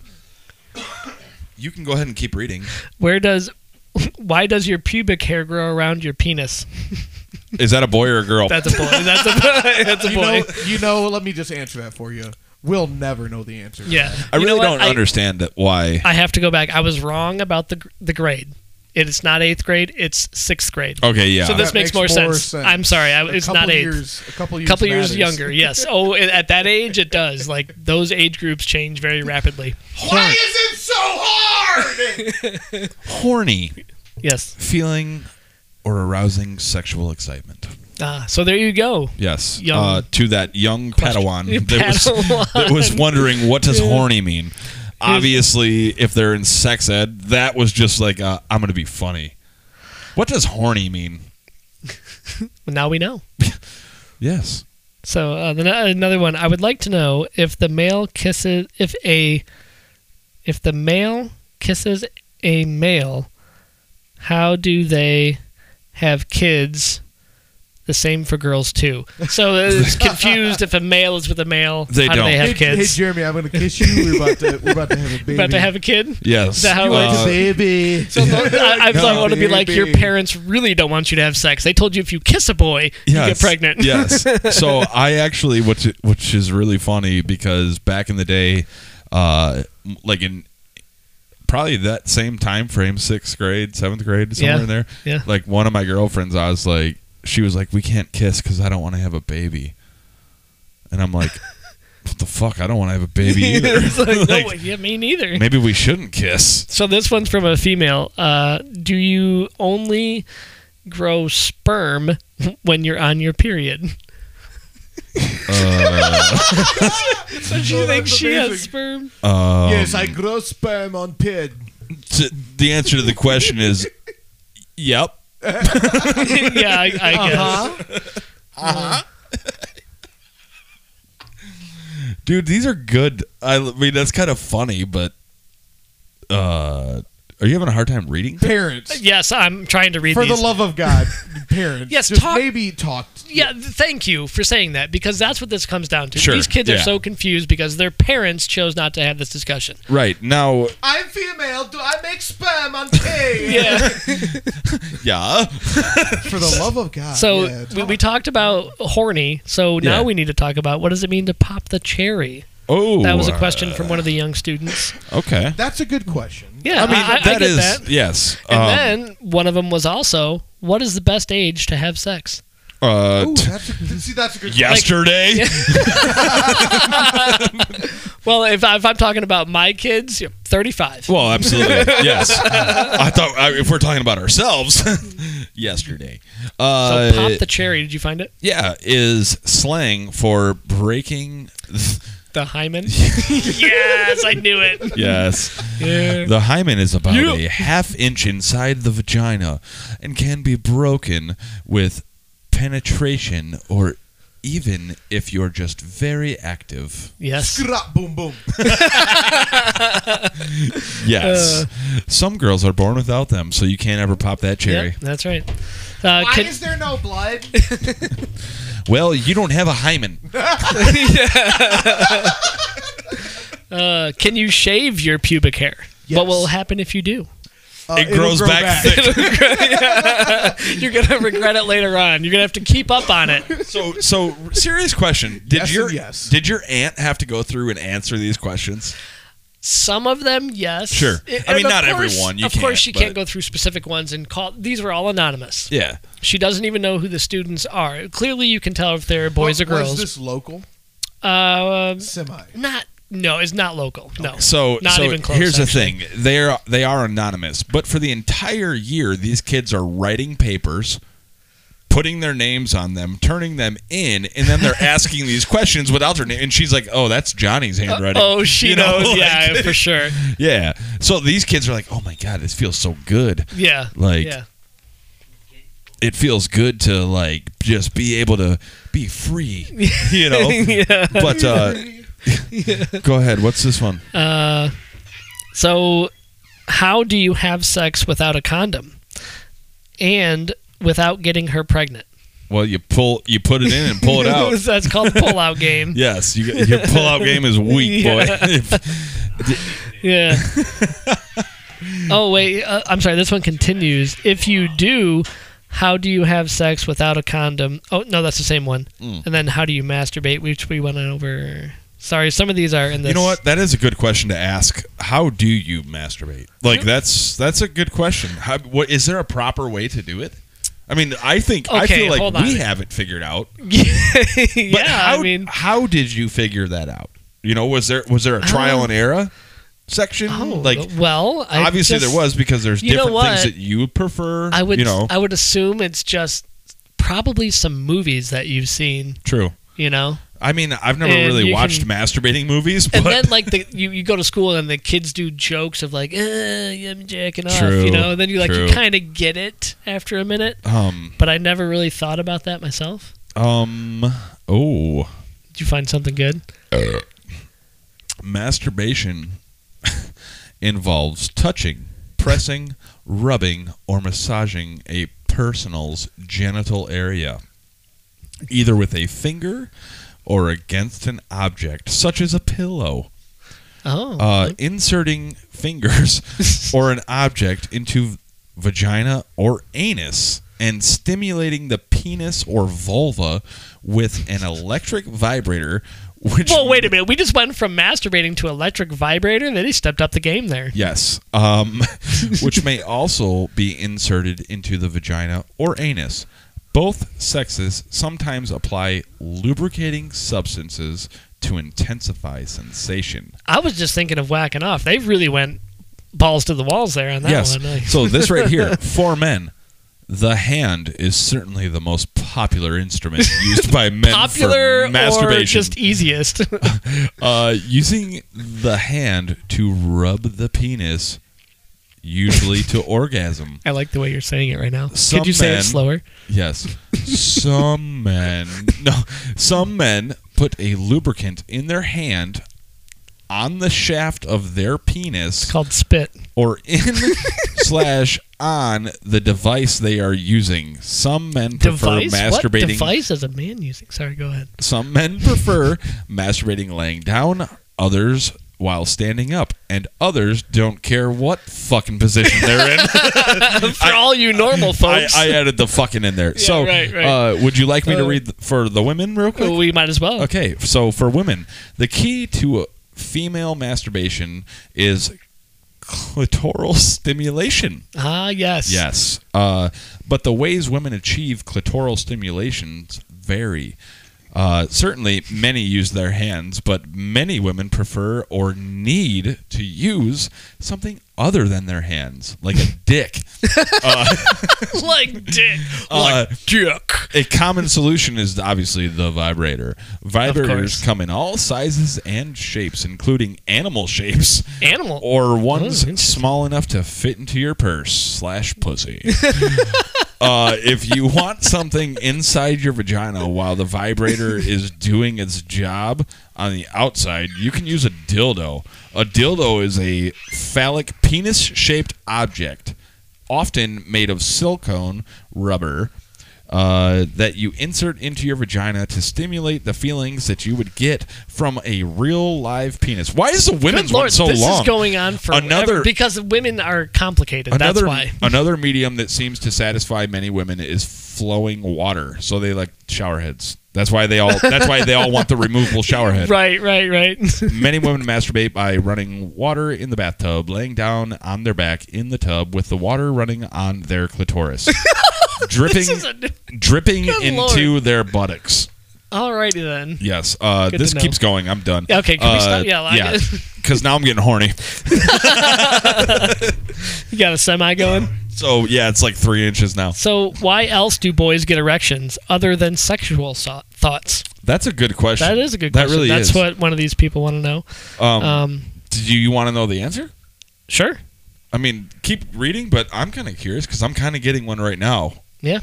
S1: You can go ahead and keep reading.
S2: Where does why does your pubic hair grow around your penis?
S1: Is that a boy or a girl?
S2: That's a boy. That's a boy. That's a
S3: You
S2: boy.
S3: know, you know. Let me just answer that for you. We'll never know the answer.
S2: yeah.
S1: I
S2: You know
S1: really
S2: what?
S1: don't
S2: I,
S1: understand that why.
S2: I have to go back. I was wrong about the gr- the grade. It's not eighth grade. It's sixth grade.
S1: Okay, yeah.
S2: So this
S3: That
S2: makes, more, sense. I'm sorry. I,
S3: A
S2: it's
S3: couple
S2: not eighth.
S3: Years, a couple years.
S2: couple years
S3: matters.
S2: younger. Yes. Oh, a- at that age, it does. Like those age groups change very rapidly.
S1: Why is it so hard? Horny,
S2: Yes.
S1: feeling or arousing sexual excitement.
S2: Ah, so there you go.
S1: Yes,
S2: Young.
S1: Uh, to that young Padawan that was
S2: Padawan.
S1: that was wondering what does horny mean. Obviously, if they're in sex ed, that was just like uh, I'm going to be funny. What does horny mean?
S2: Now we know.
S1: Yes,
S2: So uh, the, another one, I would like to know if the male kisses if a if the male kisses a male, how do they have kids? The same for girls too. So uh, it's confused if a male is with a male.
S1: They
S2: how do they
S1: don't.
S2: have
S3: Hey, hey,
S2: kids?
S3: Jeremy, I'm going to kiss you. We're about to, we're about to have a baby.
S2: About to have a kid.
S1: yes.
S2: That how it
S1: Uh,
S2: works?
S3: Like a baby.
S2: So I, I want to be like your
S3: Baby.
S2: parents really don't want you to have sex. They told you if you kiss a boy, you get
S1: Yes,
S2: pregnant.
S1: yes. So I actually, which which is really funny because back in the day, uh, like in probably that same time frame, sixth grade, seventh grade, somewhere
S2: Yeah.
S1: in there.
S2: Yeah.
S1: Like one of my girlfriends, I was like, she was like, we can't kiss because I don't want to have a baby, and I'm like, what the fuck? I don't want to have a baby either.
S2: It's like,
S1: Like,
S2: no, yeah, me neither.
S1: maybe we shouldn't kiss.
S2: So this one's from a female. Uh, do you only grow sperm when you're on your period?
S3: Uh.
S2: so she thinks she has sperm.
S1: Um,
S3: yes, I grow sperm on pid.
S1: t- the answer to the question is, yep.
S2: yeah, I, I
S3: Uh-huh.
S2: guess.
S1: Dude, these are good. I l- mean, that's kind of funny, but uh, are you having a hard time reading?
S3: Parents,
S2: Yes, I'm trying to read
S3: for the
S2: these.
S3: love of God, parents.
S2: Yes,
S3: just
S2: talk-
S3: maybe talk.
S2: yeah, th- thank you for saying that because that's what this comes down to.
S1: Sure,
S2: These kids are
S1: yeah.
S2: so confused because their parents chose not to have this discussion.
S1: Right now,
S3: I'm female. Do I make sperm on pig?
S2: Yeah.
S1: yeah.
S3: For the love of God.
S2: So
S3: yeah,
S2: we,
S3: talk.
S2: we talked about horny. So now
S1: Yeah.
S2: we need to talk about what does it mean to pop the cherry.
S1: Oh, uh,
S2: That was a question from one of the young students.
S1: Okay,
S3: that's a good question.
S2: Yeah, I mean, I, I
S1: that
S2: get
S1: is
S2: that. Uh,
S1: yes.
S2: And
S1: um,
S2: then one of them was also, what is the best age to have sex?
S1: uh,
S3: Ooh,
S1: t-
S3: that's a, see, that's a good.
S1: yesterday.
S2: Well, if, I, if I'm talking about my kids, you're 35.
S1: Well, absolutely. yes. I thought I, if we're talking about ourselves, yesterday. Uh,
S2: so pop the cherry. Did you find it?
S1: yeah, is slang for breaking.
S2: The hymen. yes, I knew it.
S1: yes.
S2: Yeah.
S1: The hymen is about
S2: Yeah.
S1: a half inch inside the vagina and can be broken with penetration or even if you're just very active.
S2: Yes.
S3: Scrap, boom, boom.
S1: Yes. Uh. Some girls are born without them, so you can't ever pop that cherry.
S2: Yep, that's right. Uh,
S3: Why
S2: can-
S3: is there no blood?
S1: Well, you don't have a hymen.
S2: uh, can you shave your pubic hair?
S3: Yes.
S2: What will happen if you do?
S3: Uh,
S1: it
S3: it'll
S1: grows
S3: grow
S1: back, thick.
S2: You're gonna regret it later on. You're gonna have to keep up on it.
S1: So, so serious question. Did
S3: Yes
S1: your
S3: and yes.
S1: did your aunt have to go through and answer these questions?
S2: Some of them, yes.
S1: Sure.
S2: And
S1: I mean,
S2: of
S1: not
S2: course-
S1: everyone. You
S2: of course,
S1: can't,
S2: she can't
S1: but-
S2: go through specific ones and call. These were all anonymous.
S1: Yeah.
S2: She doesn't even know who the students are. Clearly, you can tell if they're boys or
S3: Was
S2: girls.
S3: this local?
S2: uh,
S3: Semi.
S2: not. No, it's not local. No.
S1: So,
S2: not
S1: so
S2: even close.
S1: here's
S2: actually.
S1: the thing: they are they are anonymous, but for the entire year, these kids are writing papers, putting their names on them, turning them in, and then they're asking these questions without their name. And she's like, "Oh, that's Johnny's handwriting."
S2: Oh, she
S1: You know,
S2: knows.
S1: like-
S2: yeah, for sure.
S1: yeah. So these kids are like, "Oh my god, this feels so good!
S2: Yeah.
S1: Like-
S2: Yeah.
S1: It feels good to like just be able to be free." You know.
S2: yeah.
S1: But uh, go ahead. What's this one?
S2: Uh, so, how do you have sex without a condom, and without getting her pregnant?
S1: Well, you pull, you put it in and pull it out.
S2: That's called the pull-out game.
S1: Yes, you, your pull-out game is weak, boy.
S2: Yeah. oh wait, uh, I'm sorry. This one continues. If you do, how do you have sex without a condom? Oh no, that's the same one.
S1: Mm.
S2: And then how do you masturbate? Which we went over. Sorry, some of these are in this.
S1: you know what? That is a good question to ask. How do you masturbate? Like that's that's a good question. How, what is there a proper way to do it? I mean, I think I
S2: Okay,
S1: feel like
S2: hold on.
S1: we have it figured out.
S2: yeah,
S1: But how,
S2: I mean,
S1: how did you figure that out? You know, was there was there a trial
S2: Oh.
S1: and error section?
S2: oh,
S1: like
S2: well, I
S1: obviously
S2: just-
S1: there was because there's
S2: You know
S1: different things
S2: what?
S1: that you prefer.
S2: I would,
S1: you know,
S2: I would assume it's just probably some movies that you've seen.
S1: true.
S2: You know,
S1: I mean, I've never
S2: And
S1: really
S2: you
S1: watched
S2: can-
S1: masturbating movies, but
S2: and then like the you, you go to school and the kids do jokes of like, uh, I'm jacking off,
S1: True,
S2: you know. And then you like
S1: true.
S2: you kind of get it after a minute.
S1: um
S2: but I never really thought about that myself.
S1: um oh.
S2: Did you find something good?
S1: masturbation involves touching, pressing, rubbing, or massaging a person's genital area, either with a finger or against an object, such as a pillow.
S2: Oh,
S1: Uh, inserting fingers or an object into vagina or anus and stimulating the penis or vulva with an electric vibrator, which
S2: Well, wait a minute. We just went from masturbating to electric vibrator. They just stepped up the game there.
S1: Yes, um, which may also be inserted into the vagina or anus. Both sexes sometimes apply lubricating substances to intensify sensation.
S2: I was just thinking of whacking off. They really went balls to the walls there on that
S1: yes.
S2: one.
S1: so this right here, for men, the hand is certainly the most popular instrument used by men
S2: Popular
S1: for
S2: or
S1: masturbation.
S2: just easiest?
S1: Uh, using the hand to rub the penis, usually to orgasm.
S2: I like the way you're saying it right now.
S1: Some
S2: Could you say
S1: men-
S2: it slower?
S1: Yes. Some men, no, some men put a lubricant in their hand on the shaft of their penis
S2: Called spit.
S1: or in slash on the device they are using. Some men prefer
S2: Device? What
S1: masturbating.
S2: device is a man using? Sorry, go ahead.
S1: Some men prefer masturbating laying down, others while standing up, and others don't care what fucking position they're in.
S2: For all you normal
S1: I,
S2: folks,
S1: I added the fucking in there. so,
S2: right, right.
S1: Uh, would you like me to
S2: Uh,
S1: read th- for the women real quick?
S2: we might as well.
S1: Okay, so for women, the key to uh, female masturbation is clitoral stimulation.
S2: Ah, yes.
S1: Yes. Uh, but the ways women achieve clitoral stimulations vary. Uh, certainly, many use their hands, but many women prefer or need to use something other than their hands, like a dick.
S2: like dick.
S1: Uh,
S2: dick.
S1: a common solution is obviously the vibrator. Vibrators
S2: course.
S1: come in all sizes and shapes, including animal shapes
S2: Animal.
S1: or ones
S2: oh, interesting.
S1: small enough to fit into your purse slash pussy. uh, if you want something inside your vagina while the vibrator is doing its job on the outside, you can use a dildo. A dildo is a phallic penis shaped object, often made of silicone rubber. Uh, that you insert into your vagina to stimulate the feelings that you would get from a real live penis. Why is the women's
S2: Good Lord,
S1: one so
S2: this
S1: long?
S2: is going on for
S1: Another-
S2: another because women are complicated.
S1: another
S2: that's why.
S1: another medium that seems to satisfy many women is flowing water. So they like shower heads. That's why they all. That's why they all want the removable shower head.
S2: Right, right, right.
S1: Many women masturbate by running water in the bathtub, laying down on their back in the tub with the water running on their clitoris, dripping
S2: This is a new-
S1: dripping
S2: Good
S1: into their buttocks.
S2: Alrighty then.
S1: Yes. Uh,
S2: Good to
S1: this
S2: know.
S1: keeps going. I'm done.
S2: Yeah, okay, can we stop? Yeah, like-
S1: Because now I'm getting horny.
S2: You got a semi going.
S1: So yeah, it's like three inches now.
S2: So why else do boys get erections other than sexual so- thoughts?
S1: That's a good question.
S2: That is a good
S1: That
S2: question.
S1: really
S2: That's
S1: is.
S2: what one of these people want to know.
S1: Um,
S2: Um,
S1: do you want to know the answer?
S2: sure.
S1: I mean, keep reading, but I'm kind of curious because I'm kind of getting one right now.
S2: Yeah.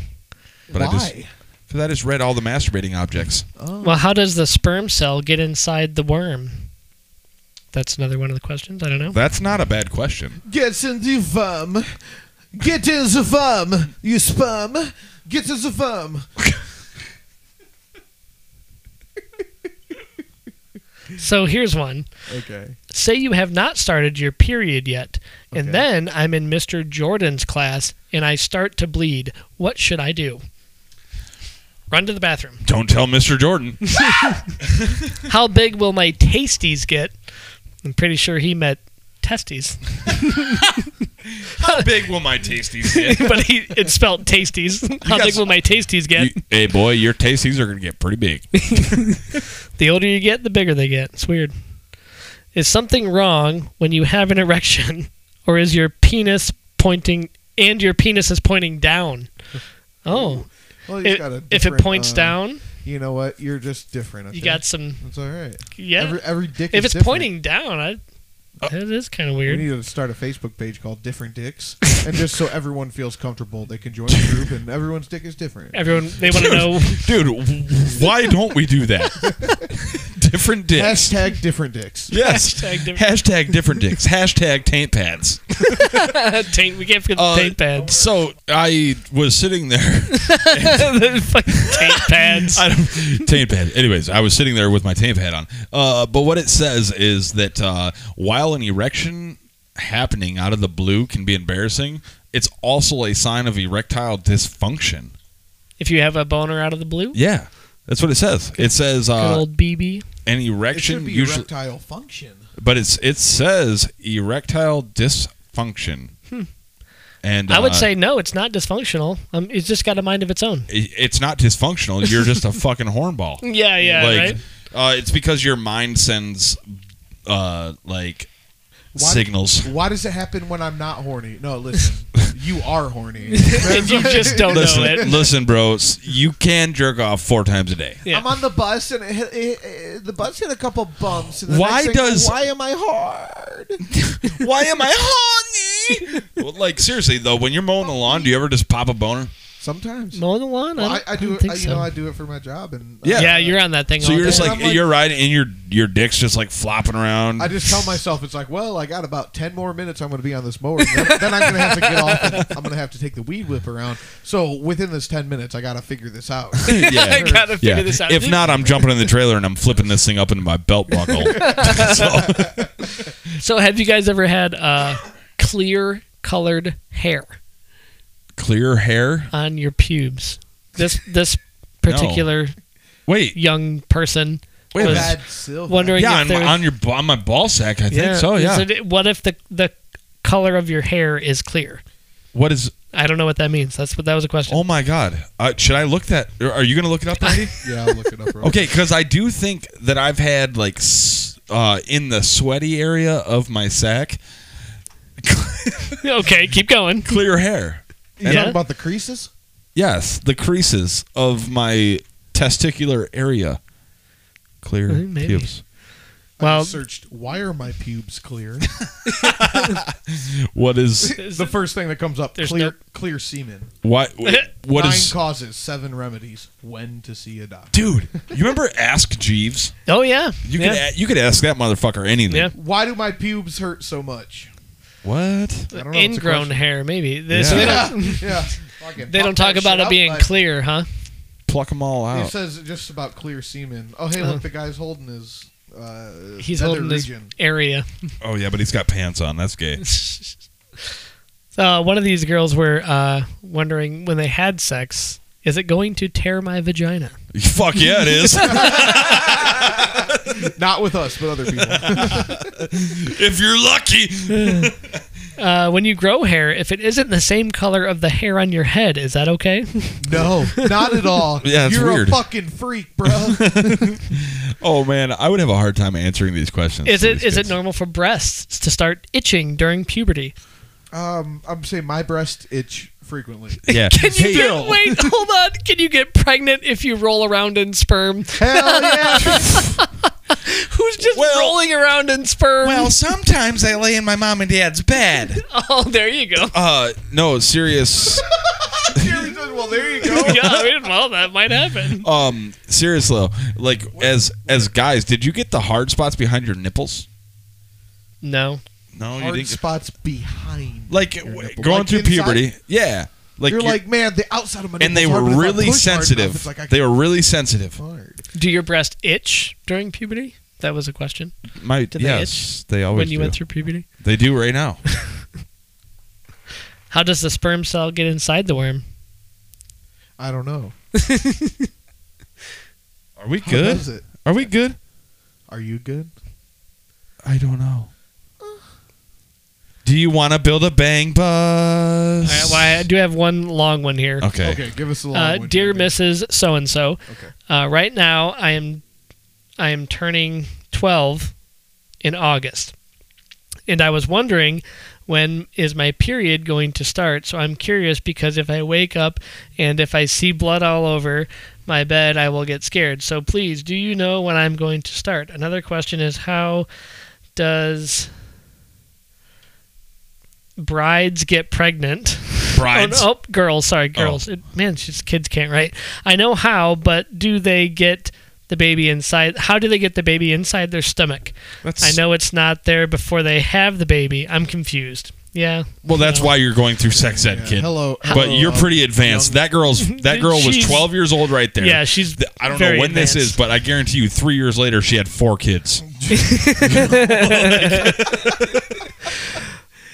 S1: But I just
S3: Why?
S1: because I just read all the masturbating objects.
S2: Well, how does the sperm cell get inside the worm? That's another one of the questions. I don't know.
S1: That's not a bad question.
S3: Get in the vum. Get in the vum. You sperm. Get in the vum.
S2: So here's one.
S3: Okay.
S2: Say you have not started your period yet,
S3: Okay.
S2: and then I'm in Mr. Jordan's class and I start to bleed. What should I do? Run to the bathroom.
S1: Don't tell Mr. Jordan.
S2: How big will my tasties get? I'm pretty sure he meant testes,
S1: How big will my tasties get?
S2: but he it's spelled tasties. How
S1: guys-
S2: big will my tasties get?
S1: hey, boy, your tasties are gonna get pretty big.
S2: the older you get, the bigger they get. It's weird. Is something wrong when you have an erection, or is your penis pointing and your penis is pointing down? Oh,
S3: Well, you
S2: if,
S3: got a
S2: if it
S3: different,
S2: points
S3: uh,
S2: down,
S3: you know what? You're just different. Okay?
S2: you got some.
S3: It's all right.
S2: Yeah,
S3: Every, every dick.
S2: if
S3: is
S2: it's
S3: different.
S2: pointing down, I, that is kind of
S3: We
S2: weird.
S3: need to start a Facebook page called Different Dicks, and just so everyone feels comfortable, they can join the group, and everyone's dick is different.
S2: Everyone they want to know.
S1: Dude, w- why don't we do that? different dicks.
S3: Hashtag Different Dicks.
S1: yes.
S2: Hashtag different-
S1: Hashtag different dicks. Hashtag taint pads.
S2: taint, we can't forget
S1: Uh,
S2: the taint pads.
S1: So I was sitting there.
S2: the fucking taint pads.
S1: I don't, taint pad. Anyways, I was sitting there with my taint pad on. Uh, but what it says is that uh, while an erection happening out of the blue can be embarrassing, it's also a sign of erectile dysfunction.
S2: If you have a boner out of the blue,
S1: Yeah, that's what it says. It says
S2: good
S1: uh,
S2: old BB.
S1: an
S3: It should
S1: erection
S3: be
S1: usually,
S3: erectile function.
S1: but it's it says erectile dysfunction. And
S2: Hmm. I would
S1: uh,
S2: say no, it's not dysfunctional. Um, it's just got a mind of its own.
S1: i- it's not dysfunctional. You're just a fucking hornball.
S2: Yeah, yeah,
S1: like,
S2: right.
S1: Uh, it's because your mind sends uh, like
S3: Why-
S1: signals.
S3: Why does it happen when I'm not horny? No, listen, you are horny.
S2: And you just don't know
S1: Listen,
S2: it.
S1: listen, bros. You can jerk off four times a day.
S2: Yeah.
S3: I'm on the bus and it, hit- it, it- the bus hit a couple bumps. And the
S1: Why
S3: next thing,
S1: does-
S3: why am I hard?
S1: Why am I horny? well, like seriously though, when you're mowing the lawn, do you ever just pop a boner?
S3: Sometimes
S2: Mowing the lawn.
S3: Well,
S2: I, don't,
S3: I, I do.
S2: don't
S3: it.
S2: think
S3: I, you
S2: so.
S3: know, I do it for my job, and uh,
S1: Yeah.
S2: yeah. you're on that thing.
S1: So
S2: all
S1: you're just
S2: day.
S1: like,
S3: I'm like-
S1: you're riding, and your your dick's just like flopping around.
S3: I just tell myself it's like, well, I got about ten more minutes. I'm going to be on this mower. Then, then I'm going to have to get off. And I'm going to have to take the weed whip around. So within this ten minutes, I got to figure this out.
S2: I
S1: yeah.
S2: gotta figure
S1: Yeah.
S2: this out.
S1: If not, I'm jumping in the trailer and I'm flipping this thing up into my belt buckle. So-
S2: so have you guys ever had uh, clear colored hair
S1: clear hair.
S2: on your pubes? This this particular
S1: Wait,
S2: young person
S1: wait.
S2: Was-
S1: that's-
S3: Bad Silva.
S2: wondering
S1: yeah,
S2: if
S1: on,
S2: there
S1: my-
S2: was-
S1: on your on my ball sack, I think so.
S2: Is
S1: Yeah.
S2: it- what if the the color of your hair is clear?
S1: what is?
S2: I don't know what that means. That's what that was a question.
S1: Oh my god. Uh, should I look that? or Are you gonna look it up, Randy?
S3: Yeah, I'll look it up. Real
S1: Okay, because I do think that I've had like s- uh, in the sweaty area of my sack,
S2: okay, keep going.
S1: clear hair.
S3: You
S2: Yeah.
S3: talking about the creases?
S1: Yes, the creases of my testicular area, clear
S2: Uh, maybe.
S1: pubes.
S3: I
S2: Well,
S3: just searched why are my pubes clear?
S1: What is
S3: the first thing that comes up
S2: There's
S3: clear
S2: no-
S3: clear semen.
S1: why? What
S3: Nine
S1: is?
S3: causes, seven remedies. When to see a doctor?
S1: Dude, you remember Ask Jeeves?
S2: oh yeah,
S1: You
S2: yeah.
S1: could a- you could ask that motherfucker anything.
S2: Yeah.
S3: Why do my pubes hurt so much?
S1: What?
S3: I don't know. It's a
S2: ingrown
S3: question.
S2: hair maybe. They, so
S1: Yeah.
S2: they don't,
S3: yeah. Fucking
S2: they don't talk
S3: fuck that
S2: about
S3: shit
S2: it
S3: up,
S2: being
S3: but
S2: clear, huh?
S1: Pluck them all
S3: He
S1: out.
S3: says just about clear semen. Oh hey,
S2: Uh.
S3: look, the guy's holding his. Uh,
S2: He's
S3: nether
S2: holding his
S3: region.
S2: area.
S1: oh yeah, but he's got pants on. That's gay.
S2: Uh, one of these girls were uh, wondering when they had sex, is it going to tear my vagina?
S1: Fuck yeah, it is.
S3: Not with us, but other people.
S1: if you're lucky.
S2: Uh, when you grow hair, if it isn't the same color of the hair on your head, is that okay?
S3: no, not at all.
S1: Yeah, it's
S3: You're
S1: weird.
S3: a fucking freak, bro.
S1: Oh man, I would have a hard time answering these questions.
S2: is
S1: for
S2: it
S1: these
S2: is it
S1: kids.
S2: normal for breasts to start itching during puberty?
S3: um, I'm saying my breasts itch frequently.
S1: Yeah.
S2: Can you
S1: Hey,
S2: get, wait? Hold on. Can you get pregnant if you roll around in sperm?
S3: Hell yeah!
S2: Who's just
S1: Well-
S2: rolling around in sperm?
S1: Well, sometimes I lay in my mom and dad's bed.
S2: oh, there you go.
S1: Uh, no, serious.
S3: well, there you
S1: oh.
S3: go.
S2: yeah, I mean, well, that might happen.
S1: Um, serious though. Like as as guys, did you get the hard spots behind your nipples?
S2: No.
S1: No, you
S3: Hard
S1: didn't.
S3: spots behind.
S1: like
S3: your
S1: w-
S3: nipple.
S1: going
S3: Like
S1: through
S3: inside?
S1: puberty. Yeah. Like
S3: you're,
S1: you-
S3: like, man, the outside of my
S1: and they
S3: nipple's
S1: were
S3: hard, but if I
S1: really
S3: push hard enough,
S1: sensitive.
S3: it's like I
S1: they
S3: can
S1: were really sensitive.
S3: hard.
S2: Do your breasts itch during puberty? That was a question.
S1: My
S2: Do they
S1: yes, they always
S2: when you
S1: do.
S2: went through puberty,
S1: they do right now.
S2: how does the sperm cell get inside the worm?
S3: I don't know.
S1: Are we
S3: How
S1: good?
S3: does it?
S1: Are we good?
S3: Are you good?
S1: I don't know. Do you want to build a bang bus?
S2: All right, well, I do have one long one here.
S1: Okay.
S3: Okay, give us a long
S2: Uh,
S3: one.
S2: dear
S3: Jeremy.
S2: Mrs. So and So,
S3: Okay.
S2: right now I am I am turning 12 in August, and I was wondering when is my period going to start. So I'm curious because if I wake up and if I see blood all over my bed, I will get scared. So please, do you know when I'm going to start? Another question is how does brides get pregnant?
S1: Brides.
S2: Oh, no, oh, girls, sorry, girls. It, man, it's just kids can't write. I know how, but do they get the baby inside? How do they get the baby inside their stomach?
S1: That's,
S2: I know it's not there before they have the baby. I'm confused. Yeah.
S1: Well, that's
S2: No.
S1: why you're going through sex ed,
S3: Yeah,
S1: kid.
S3: Hello,
S1: But
S3: hello,
S1: you're
S3: uh,
S1: pretty advanced. That girl's that girl was
S2: She's-
S1: 12 years old right there.
S2: Yeah, she's.
S1: Th- I don't
S2: very
S1: know when this
S2: advanced.
S1: is, but I guarantee you, three years later, she had four kids.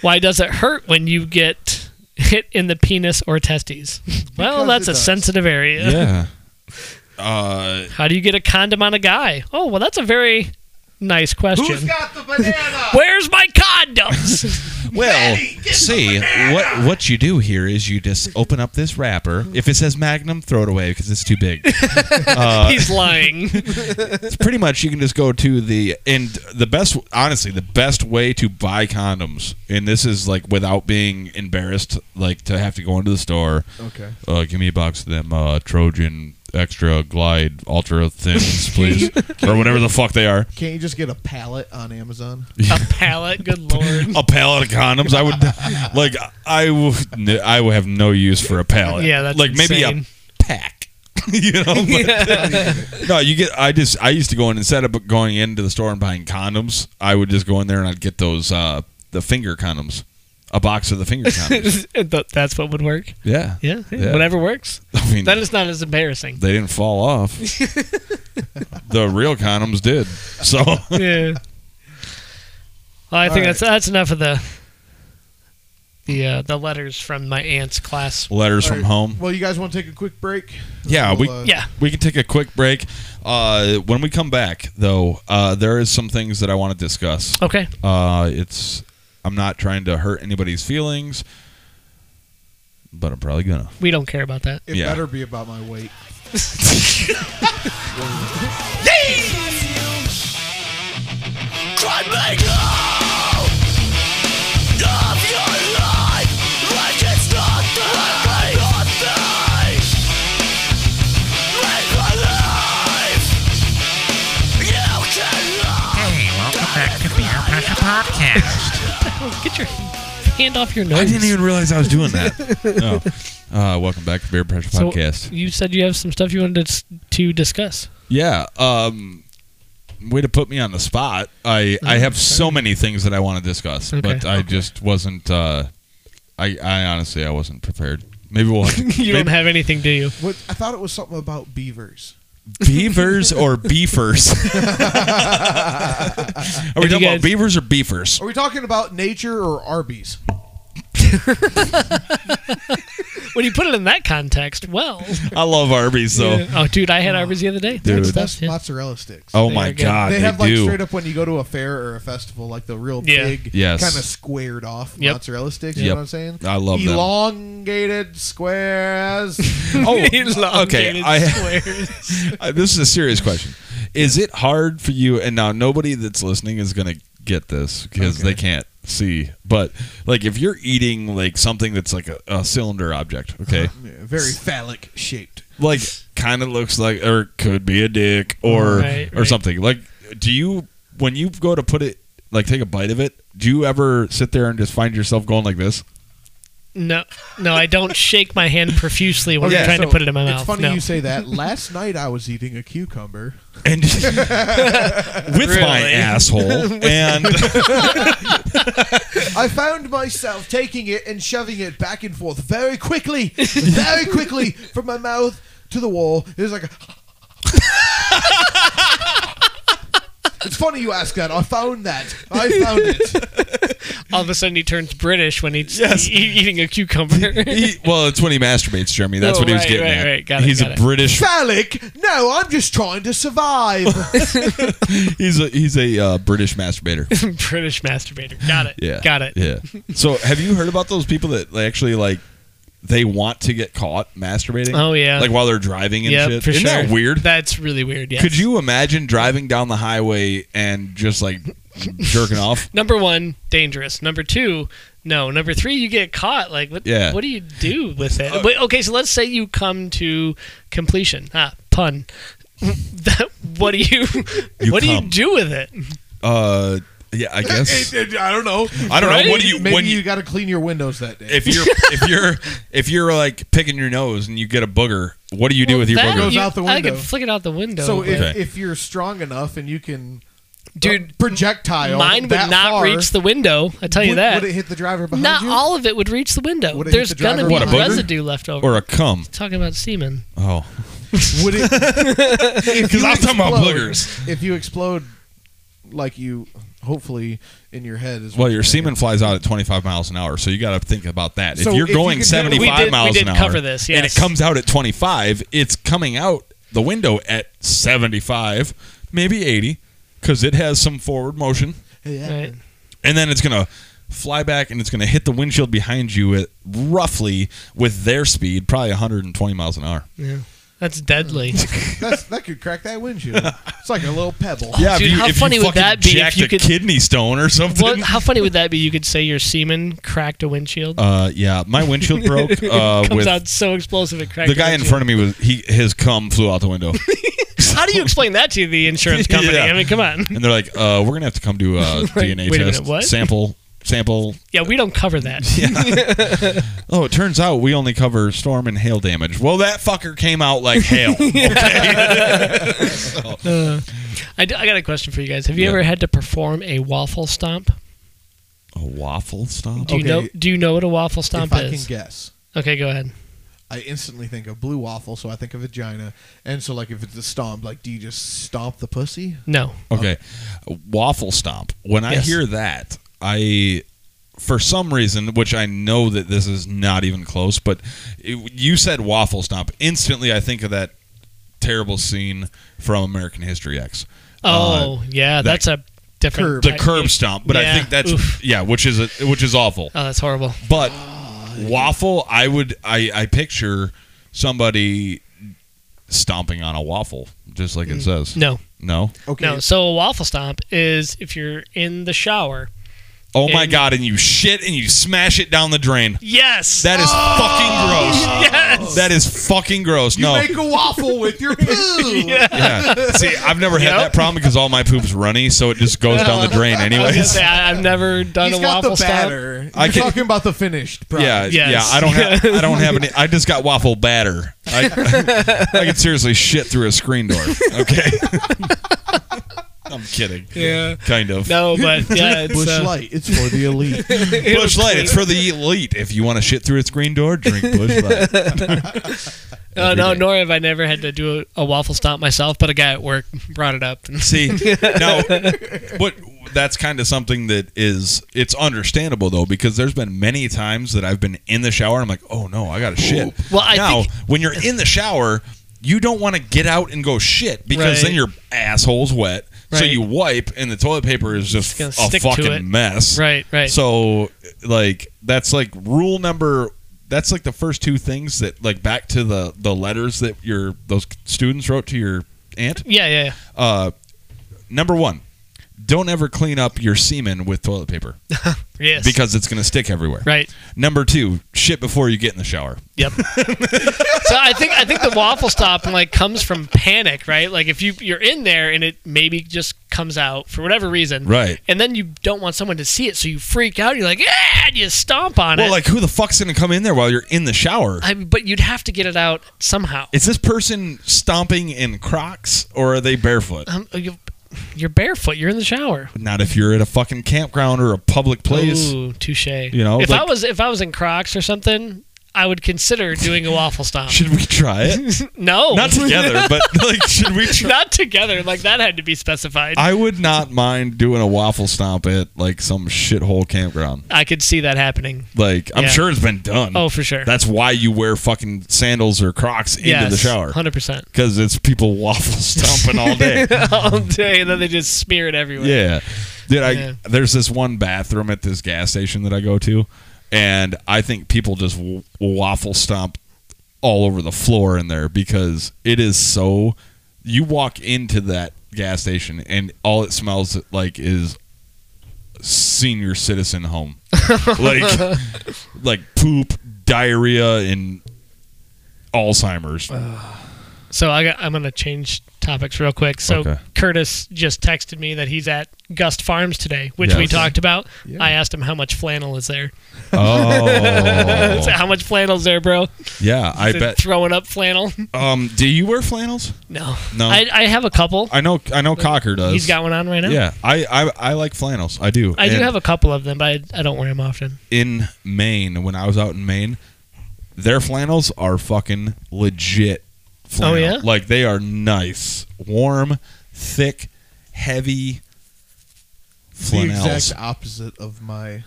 S2: Why does it hurt when you get hit in the penis or testes. well,
S3: Because
S2: that's
S3: it
S2: a
S3: does.
S2: sensitive area.
S1: Yeah. Uh,
S2: How do you get a condom on a guy? Oh, well, that's a very nice
S3: Who's
S2: question.
S3: got the banana?
S2: Where's my condoms?
S1: well, see what what you do here is you just open up this wrapper. If it says Magnum, throw it away because it's too big. Uh,
S2: He's lying.
S1: It's pretty much you can just go to the and the best honestly the best way to buy condoms and this is like without being embarrassed like to have to go into the store
S3: okay.
S1: uh, give me a box of them uh, Trojan extra glide ultra thins please or whatever the fuck they are
S3: Can't you just get a pallet on Amazon?
S2: a pallet. Good lord.
S1: a pallet of condoms I would like I would I would have no use for a pallet
S2: Yeah, that's
S1: like maybe
S2: insane.
S1: a pack you know but- No, you get. I just I used to go in instead of going into the store and buying condoms, I would just go in there and I'd get those uh the finger condoms, a box of the finger condoms.
S2: Th- that's what would work.
S1: yeah,
S2: Yeah, yeah,
S1: Yeah. Mm.
S2: whatever works.
S1: I mean,
S2: Then it's not as embarrassing.
S1: they didn't fall off. the real condoms did. So
S2: yeah. Well, I
S3: All
S2: think
S3: right.
S2: that's that's enough of the the uh, the letters from my aunt's class.
S1: letters
S3: All
S1: from
S3: right.
S1: home.
S3: Well, you guys want to take a quick break?
S1: Yeah, we
S3: We'll, uh,
S2: Yeah.
S1: we can take a quick break. Uh, when we come back, though, uh, there is some things that I want to discuss.
S2: Okay.
S1: Uh, it's I'm not trying to hurt anybody's feelings, but I'm probably gonna.
S2: We don't care about that.
S3: It
S1: Yeah.
S3: better be about my weight.
S5: Cry me now Of your life Like it's nothing Like nothing Live a life You can love
S7: Hey, welcome back to Beer Pressure Podcast.
S2: Get your hand off your nose.
S1: I didn't even realize I was doing that. no. Uh, welcome back to Beer Pressure
S2: So,
S1: Podcast.
S2: You said you have some stuff you wanted to, s- to discuss.
S1: Yeah. Um, way to put me on the spot. I, I have so many things that I want to discuss,
S2: Okay.
S1: but I just wasn't. Uh, I I honestly I wasn't prepared. Maybe we'll have to, maybe
S2: You don't have anything, do you?
S3: What, I thought it was something about beavers.
S1: beavers or beefers. Are we
S2: you
S1: talking
S2: guys-
S1: about beavers or beefers?
S3: Are we talking about nature or Arby's?
S2: When you put it in that context, well.
S1: I love Arby's though.
S2: Yeah. Oh, dude, I had Arby's the other day.
S1: Dude.
S2: Good
S3: That's
S2: stuff, yeah.
S3: mozzarella sticks.
S1: Oh
S2: They
S1: my
S2: are good.
S1: god,
S3: they,
S1: they,
S3: have like
S1: do.
S3: straight up when you go to a fair or a festival, like the real
S2: Yeah.
S3: big,
S1: Yes.
S3: kind of squared off
S2: Yep.
S3: mozzarella sticks. You
S1: Yep.
S3: know what I'm saying?
S1: I love them.
S3: elongated squares.
S1: oh, okay. I, Uh, this is a serious question. Is it hard for you? And now nobody that's listening is going to get this because they can't see. But like, if you're eating like something that's like a, a cylinder object, okay,
S3: Yeah, very phallic shaped.
S1: like kind of looks like or could be a dick or
S2: Right,
S1: or
S2: right.
S1: something. Like, do you when you go to put it like take a bite of it? Do you ever sit there and just find yourself going like this?
S2: No, no, I don't shake my hand profusely when
S1: Okay,
S2: I'm trying
S3: so
S2: to put it in my
S3: it's
S2: mouth.
S3: funny
S2: no.
S3: you say that. Last night I was eating a cucumber.
S1: and with my
S2: Really?
S1: asshole and
S3: I found myself taking it and shoving it back and forth very quickly, very quickly from my mouth to the wall. It was like a. it's funny you ask that. I found that. I found it.
S2: All of a sudden, he turns British when he's
S1: Yes.
S2: e- eating a cucumber.
S1: he, well, it's when he masturbates, Jeremy. That's
S2: Oh,
S1: what he was
S2: right,
S1: getting
S2: right,
S1: at.
S2: right. Got it,
S1: he's
S2: got
S1: a
S2: it.
S1: British.
S3: Phallic? No, I'm just trying to survive.
S1: He's a he's a uh, British masturbator.
S2: British masturbator. Got it.
S1: Yeah,
S2: Got it.
S1: Yeah. So, have you heard about those people that like, actually like they want to get caught masturbating?
S2: Oh, yeah.
S1: like while they're driving and
S2: Yep,
S1: shit.
S2: for
S1: Isn't
S2: sure.
S1: that weird?
S2: That's really weird. Yeah.
S1: Could you imagine driving down the highway and just like jerking off?
S2: Number one, dangerous. Number two, no. Number three, you get caught. Like, what?
S1: Yeah. Uh,
S2: What do you do with it? Wait, okay, so let's say you come to completion. Ah, pun. That- what do you?
S1: You
S2: what do
S1: come.
S2: you do with it?
S1: Uh, yeah, I guess.
S3: I don't know.
S1: I don't know. What do you
S3: Maybe
S1: when
S3: you, got to clean your windows that day.
S1: if you're if you're if you're like picking your nose and you get a booger, what do you do
S2: Well,
S1: with your
S2: that
S1: booger?
S3: Goes out the
S2: I could
S3: window.
S2: flick it out the window.
S3: so
S2: but-
S3: if,
S1: Okay.
S3: if you're strong enough and you can, uh,
S2: dude,
S3: projectile.
S2: mine would
S3: that
S2: not
S3: far,
S2: reach the window. I tell you
S3: would,
S2: that.
S3: Would it hit the driver behind
S2: Not
S3: you?
S2: all of it would reach the window.
S3: Would it hit
S2: There's
S3: the
S2: gonna
S3: driver
S2: be
S1: behind you?
S2: residue left over.
S1: Or a cum?
S2: Talking about semen.
S1: Oh,
S3: Would it? Because
S1: I'm talking about boogers.
S3: If you explode, like you hopefully in your head is
S1: Well, your semen flies out at 25 miles an hour, so you got to think about that.
S3: So
S1: if you're
S3: if you
S1: going
S3: could do-
S1: 75
S2: We did-
S1: miles
S2: we did
S1: an hour
S2: cover this,
S1: and it
S2: yes.
S1: comes out at 25, it's coming out the window at 75, maybe 80, because it has some forward motion,
S2: Right.
S1: and then it's gonna fly back and it's gonna hit the windshield behind you at roughly with their speed, probably 120 miles an hour.
S2: That's deadly.
S3: That's, that could crack that windshield. it's like a little pebble.
S1: yeah,
S2: dude, how funny would
S1: fucking
S2: that be if
S1: jacked
S2: you
S1: a
S2: could-
S1: kidney stone or something?
S2: What, how funny would that be? You could say your semen cracked a windshield.
S1: Uh, yeah, my windshield broke. Uh,
S2: Comes
S1: with
S2: out so explosive it cracks.
S1: the guy in front of me was he his cum flew out the window.
S2: How do you explain that to the insurance company?
S1: Yeah.
S2: I mean, come on.
S1: And they're like, uh, we're gonna have to come do a DNA
S2: wait a minute,
S1: test
S2: what?
S1: sample sample.
S2: Yeah, we don't cover that.
S1: Oh, it turns out we only cover storm and hail damage. Well, that fucker came out like hail.
S2: I, d- I got a question for you guys. Have you
S1: Yeah.
S2: ever had to perform a waffle stomp?
S1: a waffle stomp.
S2: Do you know?
S3: Okay.
S2: Do you know what a waffle stomp
S3: if I
S2: is?
S3: can guess.
S2: okay, go ahead.
S3: I instantly think of blue waffle, so I think of vagina. And so, like, if it's a stomp, like, do you just stomp the pussy?
S2: No.
S1: Okay, waffle stomp. When I
S2: Yes.
S1: hear that, I for some reason, which I know that this is not even close, but it, you said waffle stomp. Instantly, I think of that terrible scene from American History X. Uh,
S2: Oh, yeah,
S1: that-
S2: that's a different.
S1: the
S2: I-
S1: curb stomp, but I
S2: yeah,
S1: think that's
S2: oof.
S1: yeah, which is a, which is awful.
S2: Oh, that's horrible.
S1: But waffle, I would I, I picture somebody stomping on a waffle, just like it says.
S2: Mm. No,
S1: No.
S3: Okay.
S2: no. So a waffle stomp is if you're in the shower.
S1: Oh my
S2: And-
S1: god! And you shit and you smash it down the drain.
S2: Yes.
S1: That is fucking gross.
S2: Oh. yes.
S1: That is fucking gross.
S3: You
S1: no.
S3: make a waffle with your poo.
S1: Oh, yeah. See, I've never had that problem because all my poop's runny, so it just goes down the drain
S2: I was gonna
S1: anyways.
S2: say, I, I've never done
S3: He's
S2: a
S3: got
S2: waffle
S3: the
S2: stomp.
S3: batter. You're
S1: I can-
S3: talking about the finished product.
S1: Yeah,
S2: Yes.
S1: yeah. I don't have. I don't have any. I just got waffle batter. I, I could seriously shit through a screen door. Okay. I'm kidding.
S2: Yeah.
S1: Kind of.
S2: No, but yeah, it's,
S3: Bush
S2: uh,
S3: Light. It's for the elite.
S2: it was
S1: Bush Light.
S2: clean.
S1: It's for the elite. If you want to shit through a screen door, drink Bush Light.
S2: Oh,
S1: every
S2: no,
S1: day.
S2: nor have I never had to do a, a waffle stomp myself, but a guy at work brought it up.
S1: See, now what? That's kind of something that is. It's understandable though because there's been many times that I've been in the shower. and I'm like, oh no, I got to shit.
S2: Well, I
S1: now
S2: think-
S1: when you're in the shower. You don't want to get out and go shit because
S2: Right.
S1: then your asshole's wet. So
S2: Right.
S1: you wipe, and the toilet paper is just
S2: gonna
S1: a
S2: stick to it.
S1: fucking mess.
S2: Right, right.
S1: So, like, that's like rule number. That's like the first two things that, like, back to the the letters that your those students wrote to your aunt.
S2: yeah, yeah, yeah.
S1: Uh, number one, don't ever clean up your semen with toilet paper
S2: Yes.
S1: because it's gonna stick everywhere.
S2: right.
S1: Number two, shit before you get in the shower.
S2: Yep. so I think I think the waffle stop like comes from panic, right? Like if you you're in there and it maybe just comes out for whatever reason,
S1: Right.
S2: And then you don't want someone to see it, so you freak out. You're like, yeah, and you stomp on
S1: Well,
S2: it.
S1: like, who the fuck's gonna come in there while you're in the shower?
S2: I, but you'd have to get it out somehow.
S1: Is this person stomping in Crocs or are they barefoot?
S2: Um, you, you're barefoot. You're in the shower.
S1: Not if you're at a fucking campground or a public place.
S2: Ooh, touche.
S1: You know,
S2: if I
S1: like-
S2: was if I was in Crocs or something, I would consider doing a waffle stomp.
S1: Should we try it?
S2: no,
S1: Not together, but like, should we try?
S2: not together. Like that had to be specified. I,
S1: I would not mind doing a waffle stomp at like some shithole campground.
S2: could see that happening.
S1: Like, I'm
S2: Yeah.
S1: sure it's been done.
S2: Oh, for sure.
S1: That's why you wear fucking sandals or Crocs into the shower
S2: Hundred percent.
S1: because it's people waffle stomping all day.
S2: all day, and then they just smear it everywhere.
S1: yeah, dude. I
S2: Yeah.
S1: there's this one bathroom at this gas station that I go to, and I think people just w- waffle stomp all over the floor in there because it is so. You walk into that gas station and all it smells like is senior citizen home, like like poop, diarrhea, and Alzheimer's.
S2: So I got, I'm gonna change topics real quick. So
S1: Okay.
S2: Curtis just texted me that he's at Gust Farms today, which we
S1: Yes.
S2: talked about.
S3: Yeah.
S2: I asked him how much flannel is there.
S1: oh,
S2: So how much flannel's there, bro?
S1: yeah, I
S2: They're
S1: bet.
S2: throwing up flannel.
S1: Um, do you wear flannels?
S2: no,
S1: No.
S2: I, I have a couple.
S1: I know, I know, Cocker does.
S2: He's got one on right now.
S1: Yeah, I, I I like flannels. I do.
S2: I do
S1: And
S2: have a couple of them, but I, I don't wear them often.
S1: in Maine when I was out in Maine. Their flannels are fucking legit. Flannel.
S2: Oh, yeah?
S1: like they are nice, warm, thick, heavy.
S3: the
S1: Flannels.
S3: exact opposite of my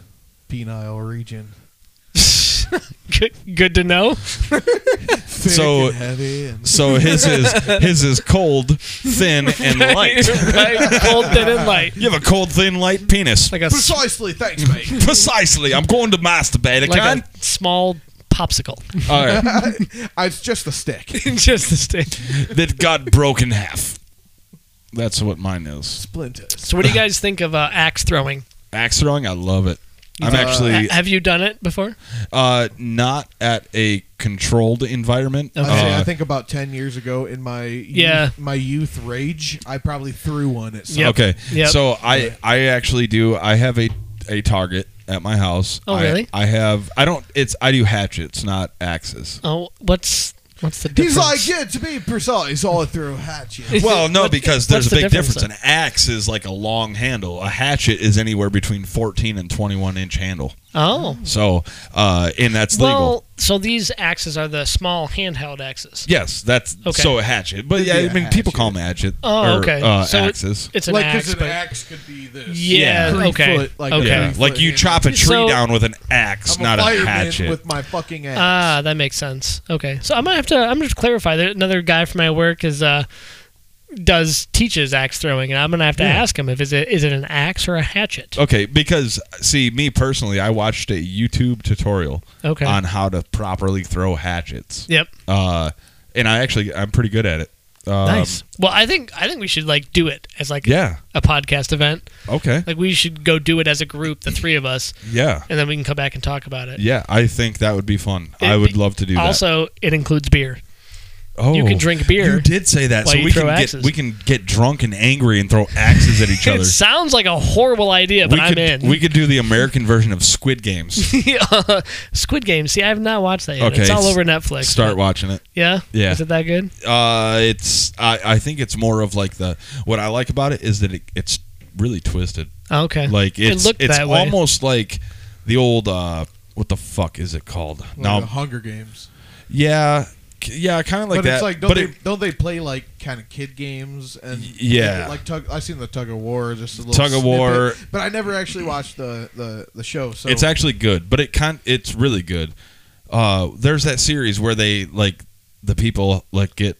S3: penile region.
S2: good, good to know.
S3: Thick
S1: So-
S3: and heavy and
S1: So his is his is cold, thin, and light.
S2: right? Cold, thin, and light.
S1: You have a cold, thin, light penis.
S2: Like a, s-
S3: precisely. Thanks, mate.
S1: Precisely. I'm going to masturbate.
S2: like
S1: Like
S2: a small popsicle.
S1: All right.
S3: I- Uh, it's just a stick.
S2: Just the stick.
S1: that got broke in half. That's what mine is.
S3: Splinters.
S2: So, what do you guys think of uh, axe throwing?
S1: Axe throwing. I love it. I'm
S2: Ha-
S1: actually
S2: have you done it before?
S1: uh, not at a controlled environment.
S2: Okay.
S3: I say-
S1: Uh,
S3: I think about ten years ago in my youth,
S2: Yeah.
S3: my youth rage, I probably threw one at some.
S2: Yep.
S1: Okay.
S2: Yep.
S1: So I I actually do. I have a a target at my house.
S2: Oh,
S1: I-
S2: really?
S1: I have. I don't. It's I do hatchets, not axes.
S2: Oh, what's what's the difference?
S3: He's like, yeah, to be precise, all through a hatchet.
S1: Well, no,
S2: What-
S1: because
S2: what's
S1: there's a
S2: the
S1: big
S2: difference,
S1: difference. An axe is like a long handle. A hatchet is anywhere between 14 and 21 inch handle.
S2: Oh.
S1: So, uh, and that's legal.
S2: Well, so these axes are the small handheld axes.
S1: Yes, that's
S2: Okay.
S1: so a hatchet. But yeah,
S3: Yeah,
S1: I mean, people call them hatchet
S2: Oh,
S1: or
S2: okay.
S1: uh,
S2: So it-
S1: axes.
S2: It's an
S3: like
S2: axe,
S3: because an
S2: but
S3: axe could be this.
S2: yeah,
S3: Three
S2: okay,
S3: foot, like,
S2: okay.
S1: Yeah, like you chop a tree
S2: So-
S1: down with an axe,
S3: I'm
S1: not
S3: a
S1: a,
S3: fireman
S1: hatchet.
S3: with my fucking axe.
S2: Ah, that makes sense. Okay, so I'm gonna have to. I'm gonna just clarify. There, another guy from my work is uh does teaches axe throwing, and I'm gonna have to ask him if is it is it an axe or a hatchet?
S1: okay, because see, me personally, I watched a YouTube tutorial
S2: Okay.
S1: on how to properly throw hatchets.
S2: Yep.
S1: Uh, and I actually, I'm pretty good at it. Um,
S2: Nice. Well, I think I think we should like do it as like
S1: Yeah.
S2: a podcast event.
S1: Okay.
S2: Like we should go do it as a group, the three of us,
S1: Yeah.
S2: and then we can come back and talk about it.
S1: Yeah, I think that would be fun.
S2: It-
S1: I would love to do
S2: Also, it includes beer.
S1: that. Oh,
S2: you can drink beer
S1: You did say that,
S2: while
S1: so
S2: you
S1: we can
S2: throw
S1: get
S2: axes.
S1: we can get drunk and angry and throw axes at each other.
S2: It sounds like a horrible idea, but
S1: we
S2: I'm
S1: could
S2: in.
S1: we could do the American version of Squid Games.
S2: Squid Game. See, I have not watched that yet.
S1: Okay,
S2: it's all
S1: s-
S2: over Netflix.
S1: Start watching it.
S2: Yeah.
S1: Yeah.
S2: Is it that good?
S1: Uh, it's I, I think it's more of like the what I like about it is that it, it's really twisted.
S2: Oh, okay.
S1: Like
S2: It
S1: it's
S2: looked
S1: it's
S2: that way.
S1: almost like the old uh what the fuck is it called?
S3: Like the
S1: no,
S3: Hunger Games.
S1: yeah, k- yeah, kind of like
S3: but
S1: that.
S3: it's like don't
S1: but
S3: they
S1: it,
S3: don't they play like kind of kid games and
S1: Yeah.
S3: like tug I seen the tug of war just a little
S1: Tug of War.
S3: snippet, but I never actually watched the the, the show so
S1: it's actually good, but it kind it's really good. Uh, there's that series where they like the people like get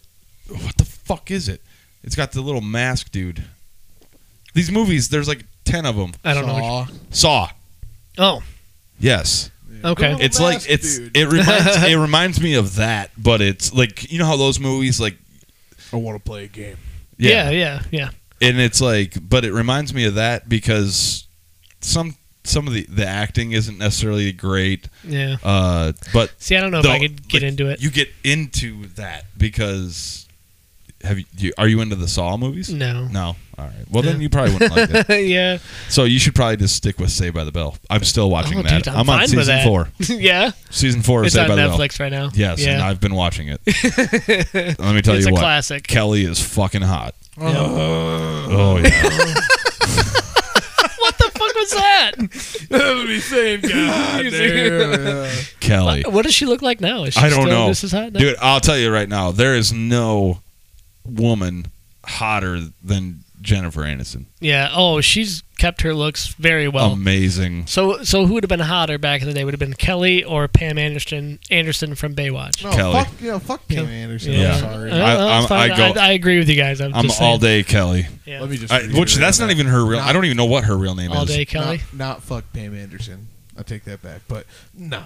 S1: what the fuck is it? It's got the little mask dude. These movies, there's like ten of them.
S2: I don't know.
S3: Saw.
S1: Saw,
S2: Oh,
S1: yes,
S2: okay.
S3: Little
S1: it's like
S3: mask
S1: it's
S3: dude.
S1: it reminds it reminds me of that, but it's like you know how those movies like
S3: I want to play a game
S2: yeah. yeah, yeah,
S1: and it's like but it reminds me of that because some some of the the acting isn't necessarily great,
S2: Yeah.
S1: uh, but
S2: See, I don't know if I could get
S1: like,
S2: into it.
S1: You get into that because have you, you are you into the Saw movies?
S2: no.
S1: No. All right. Well, then
S2: Yeah.
S1: you probably wouldn't like it.
S2: yeah.
S1: So you should probably just stick with Saved by the Bell. I'm still watching
S2: Oh,
S1: that.
S2: dude, I'm,
S1: I'm,
S2: fine
S1: on
S2: with
S1: season
S2: that.
S1: four.
S2: yeah.
S1: Season four of
S2: It's
S1: Saved
S2: on
S1: by the Bell.
S2: Netflix right now.
S1: Yes, and
S2: Yeah.
S1: I've been watching it. Let me tell
S2: It's
S1: you
S2: a
S1: what.
S2: classic.
S1: Kelly is fucking hot.
S2: Yeah.
S1: Oh yeah.
S2: what the fuck was that?
S3: that would be same
S1: Ah,
S3: god
S1: Kelly.
S2: What does she look like now? Is she
S1: I don't
S2: still
S1: know.
S2: This is hot. now?
S1: Dude, I'll tell you right now, there is no woman hotter than Jennifer Aniston.
S2: Yeah. Oh, she's kept her looks very well.
S1: Um, Amazing.
S2: so, so who would have been hotter back in the day? Would have been Kelly or Pam Anderson? Anderson from Baywatch.
S3: no,
S1: Kelly.
S3: fuck you know, fuck Pam Anderson
S1: Yeah.
S3: I'm sorry
S2: No, no,
S1: I-
S2: that's
S1: I'm- I
S2: fine.
S1: go-
S2: I, I agree with you guys. I'm,
S1: I'm
S2: just saying.
S1: all day Kelly.
S2: Yeah.
S3: let me just
S1: I, which
S3: reiterate
S1: that's not
S3: that.
S1: even her real.
S3: Nah.
S1: I don't even know what her real name
S2: all
S1: is.
S2: day, Kelly.
S3: not, not fuck Pam Anderson I take that back but no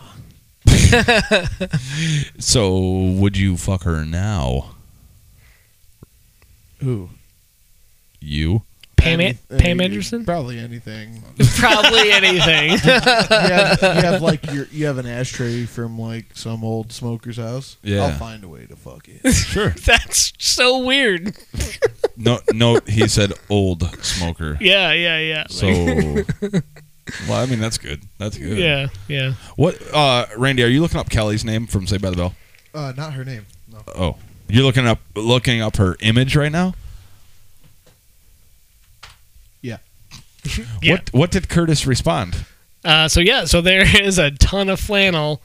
S1: So would you fuck her now?
S3: who
S1: You?
S2: Pam,
S3: Any-
S2: An- Pam
S3: any-
S2: Anderson?
S3: probably anything
S2: Probably anything.
S3: you have, you have like your you have an ashtray from like some old smoker's house.
S1: Yeah.
S3: I'll find a way to fuck it.
S1: Sure.
S2: That's so weird.
S1: No, no. He said old smoker.
S2: Yeah, yeah, yeah.
S1: So, well, I mean that's good. That's good.
S2: yeah, yeah.
S1: What, uh, Randy? Are you looking up Kelly's name from Saved by the Bell?
S3: Uh, not her name. No.
S1: Oh, you're looking up looking up her image right now.
S3: Yeah.
S2: Yeah.
S1: What What did Curtis respond?
S2: Uh, so yeah, so there is a ton of flannel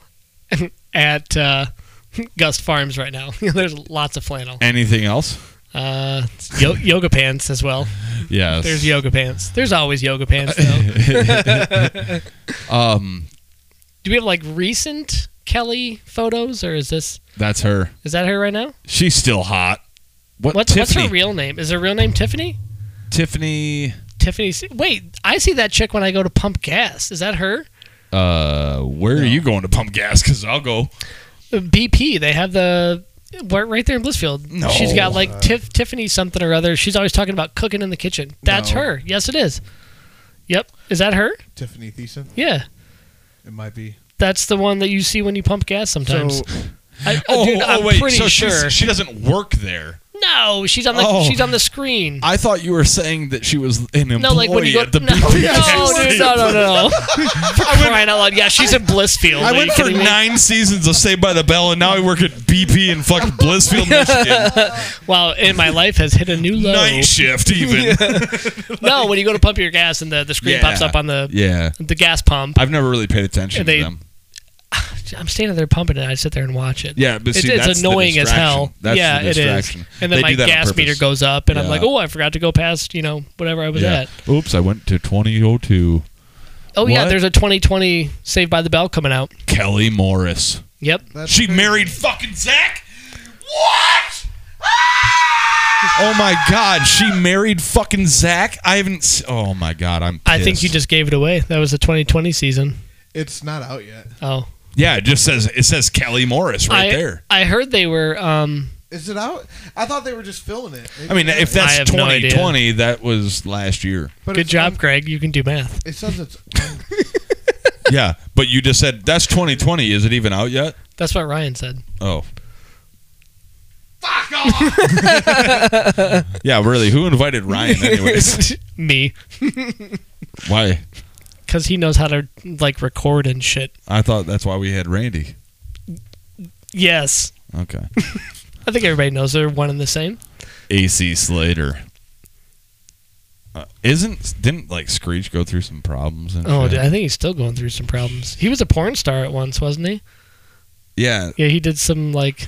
S2: at uh, Gust Farms right now. There's lots of flannel.
S1: Anything else?
S2: Uh, yo- yoga pants as well.
S1: Yes.
S2: There's yoga pants. There's always yoga pants though.
S1: um,
S2: Do we have like recent Kelly photos or is this
S1: that's her.
S2: is that her right now?
S1: She's still hot. What?
S2: What's what's
S1: Uh, Tiffany?
S2: her real name? Is her real name Tiffany?
S1: Tiffany.
S2: Tiffany. Se- Wait, I see that chick when I go to pump gas. Is that her?
S1: Uh, where are you going to pump gas? Because I'll go.
S2: BP. They have the right right there in Blissfield.
S1: No.
S2: She's got like Tiff, Tiffany something or other. She's always talking about cooking in the kitchen. That's
S3: No.
S2: her. Yes, it is. Yep. Is that her?
S3: Tiffany Thiessen.
S2: Yeah.
S3: It might be.
S2: That's the one that you see when you pump gas sometimes.
S3: So
S2: I, uh,
S1: Oh,
S2: dude,
S1: oh,
S2: I'm
S1: wait.
S2: pretty
S1: so she's-
S2: sure.
S1: she doesn't work there.
S2: no, she's on the
S1: Oh.
S2: she's on the screen.
S1: I thought you were saying that she was an employee
S2: no, like when you go
S1: at the
S2: no, no, dude, no, no, no, no. For crying out loud, yeah, she's in Blissfield.
S1: I
S2: Are
S1: went
S2: you
S1: for
S2: kidding me?
S1: nine seasons of Saved by the Bell, and now I work at BP in fucking Blissfield, Michigan.
S2: Wow, and my life has hit a new low.
S1: Night shift, even.
S2: No, when you go to pump your gas and the, the screen
S1: Yeah.
S2: pops up on the
S1: yeah.
S2: the gas pump.
S1: I've never really paid attention
S2: And they-
S1: to them.
S2: I'm standing there pumping it. I sit there and watch it.
S1: Yeah, but
S2: It's-
S1: see,
S2: it's
S1: that's the
S2: annoying as hell.
S1: distraction. That's
S2: yeah,
S1: the
S2: it is.
S1: distraction.
S2: And then
S1: They
S2: my
S1: do that on
S2: gas
S1: purpose.
S2: meter goes up, and I'm
S1: Yeah.
S2: like, oh, I forgot to go past you know whatever I was
S1: Yeah.
S2: at.
S1: Oops, I went to 2002.
S2: Oh yeah,
S1: What?
S2: there's a 2020 Saved by the Bell coming out.
S1: Kelly Morris.
S2: Yep.
S3: that's
S1: She
S3: crazy.
S1: married fucking Zach? What? Ah! Oh my god, she married fucking Zach? I haven't. s- Oh my god, I'm.
S2: I think you
S1: pissed.
S2: just gave it away. That was the 2020 season.
S3: It's not out yet.
S2: Oh,
S1: Yeah, it just says it says Kelly Morris right
S2: I,
S1: there.
S2: I heard they were. Um,
S3: Is it out? I thought they were just filming it.
S1: I mean, if
S2: I
S1: that's
S2: have no idea.
S1: 2020, that was last year.
S3: But
S2: good
S3: it's
S2: job,
S3: on-
S2: Greg. You can do math.
S3: it says it's.
S1: yeah, but you just said that's 2020. Is it even out yet?
S2: That's what Ryan said.
S1: Oh. Fuck off! yeah, really. Who invited Ryan, anyways?
S2: Me,
S1: why?
S2: because he knows how to like record and shit.
S1: I thought that's why we had Randy.
S2: Yes,
S1: Okay.
S2: I think everybody knows they're one and the same.
S1: AC Slater. Uh, isn't didn't like Screech go through some problems and
S2: Oh,
S1: shit?
S2: dude, I think he's still going through some problems. He was a porn star at once, wasn't he?
S1: yeah
S2: Yeah, he did some like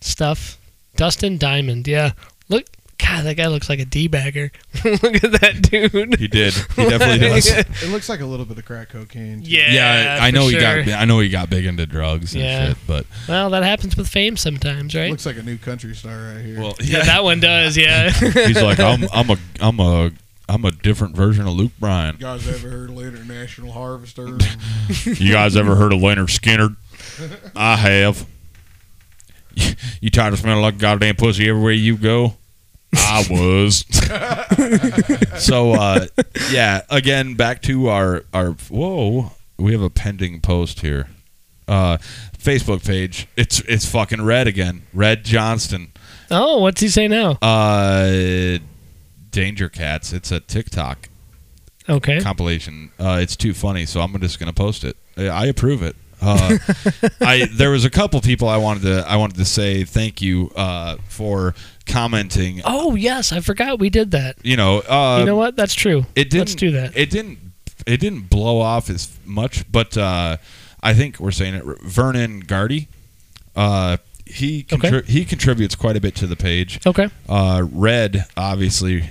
S2: stuff. Dustin Diamond. Yeah, look, God, that guy looks like a d bagger. look at that dude.
S1: he did he definitely does yeah,
S3: It looks like a little bit of crack cocaine. too.
S2: Yeah,
S1: I, I
S2: for
S1: know
S2: sure.
S1: he got I know he got big into drugs and
S2: Yeah.
S1: shit but
S2: Well, that happens with fame sometimes, right?
S3: Looks like a new country star right here.
S1: well
S2: yeah, that one does. Yeah.
S1: he's like I'm I'm a I'm a I'm a different version of Luke Bryan.
S3: You guys ever heard of International Harvester?
S1: You guys ever heard of Leonard Skinner? I have. You tired of smelling like goddamn pussy everywhere you go? I was. so uh, yeah, again back to our our whoa, we have a pending post here. Uh, Facebook page. It's it's fucking red again. Red Johnston.
S2: oh, what's he say now?
S1: Uh Danger Cats. It's a TikTok
S2: Okay.
S1: compilation. Uh, it's too funny, so I'm just going to post it. I- I approve it. Uh, I there was a couple people I wanted to I wanted to say thank you uh, for commenting.
S2: Oh yes, I forgot we did that.
S1: You know, uh,
S2: you know what? That's true.
S1: it didn't
S2: Let's do that.
S1: It didn't it didn't blow off as much, but uh, I think we're saying it. Vernon Gardy, uh, he
S2: Okay.
S1: contri- he contributes quite a bit to the page.
S2: okay.
S1: Uh, red, obviously.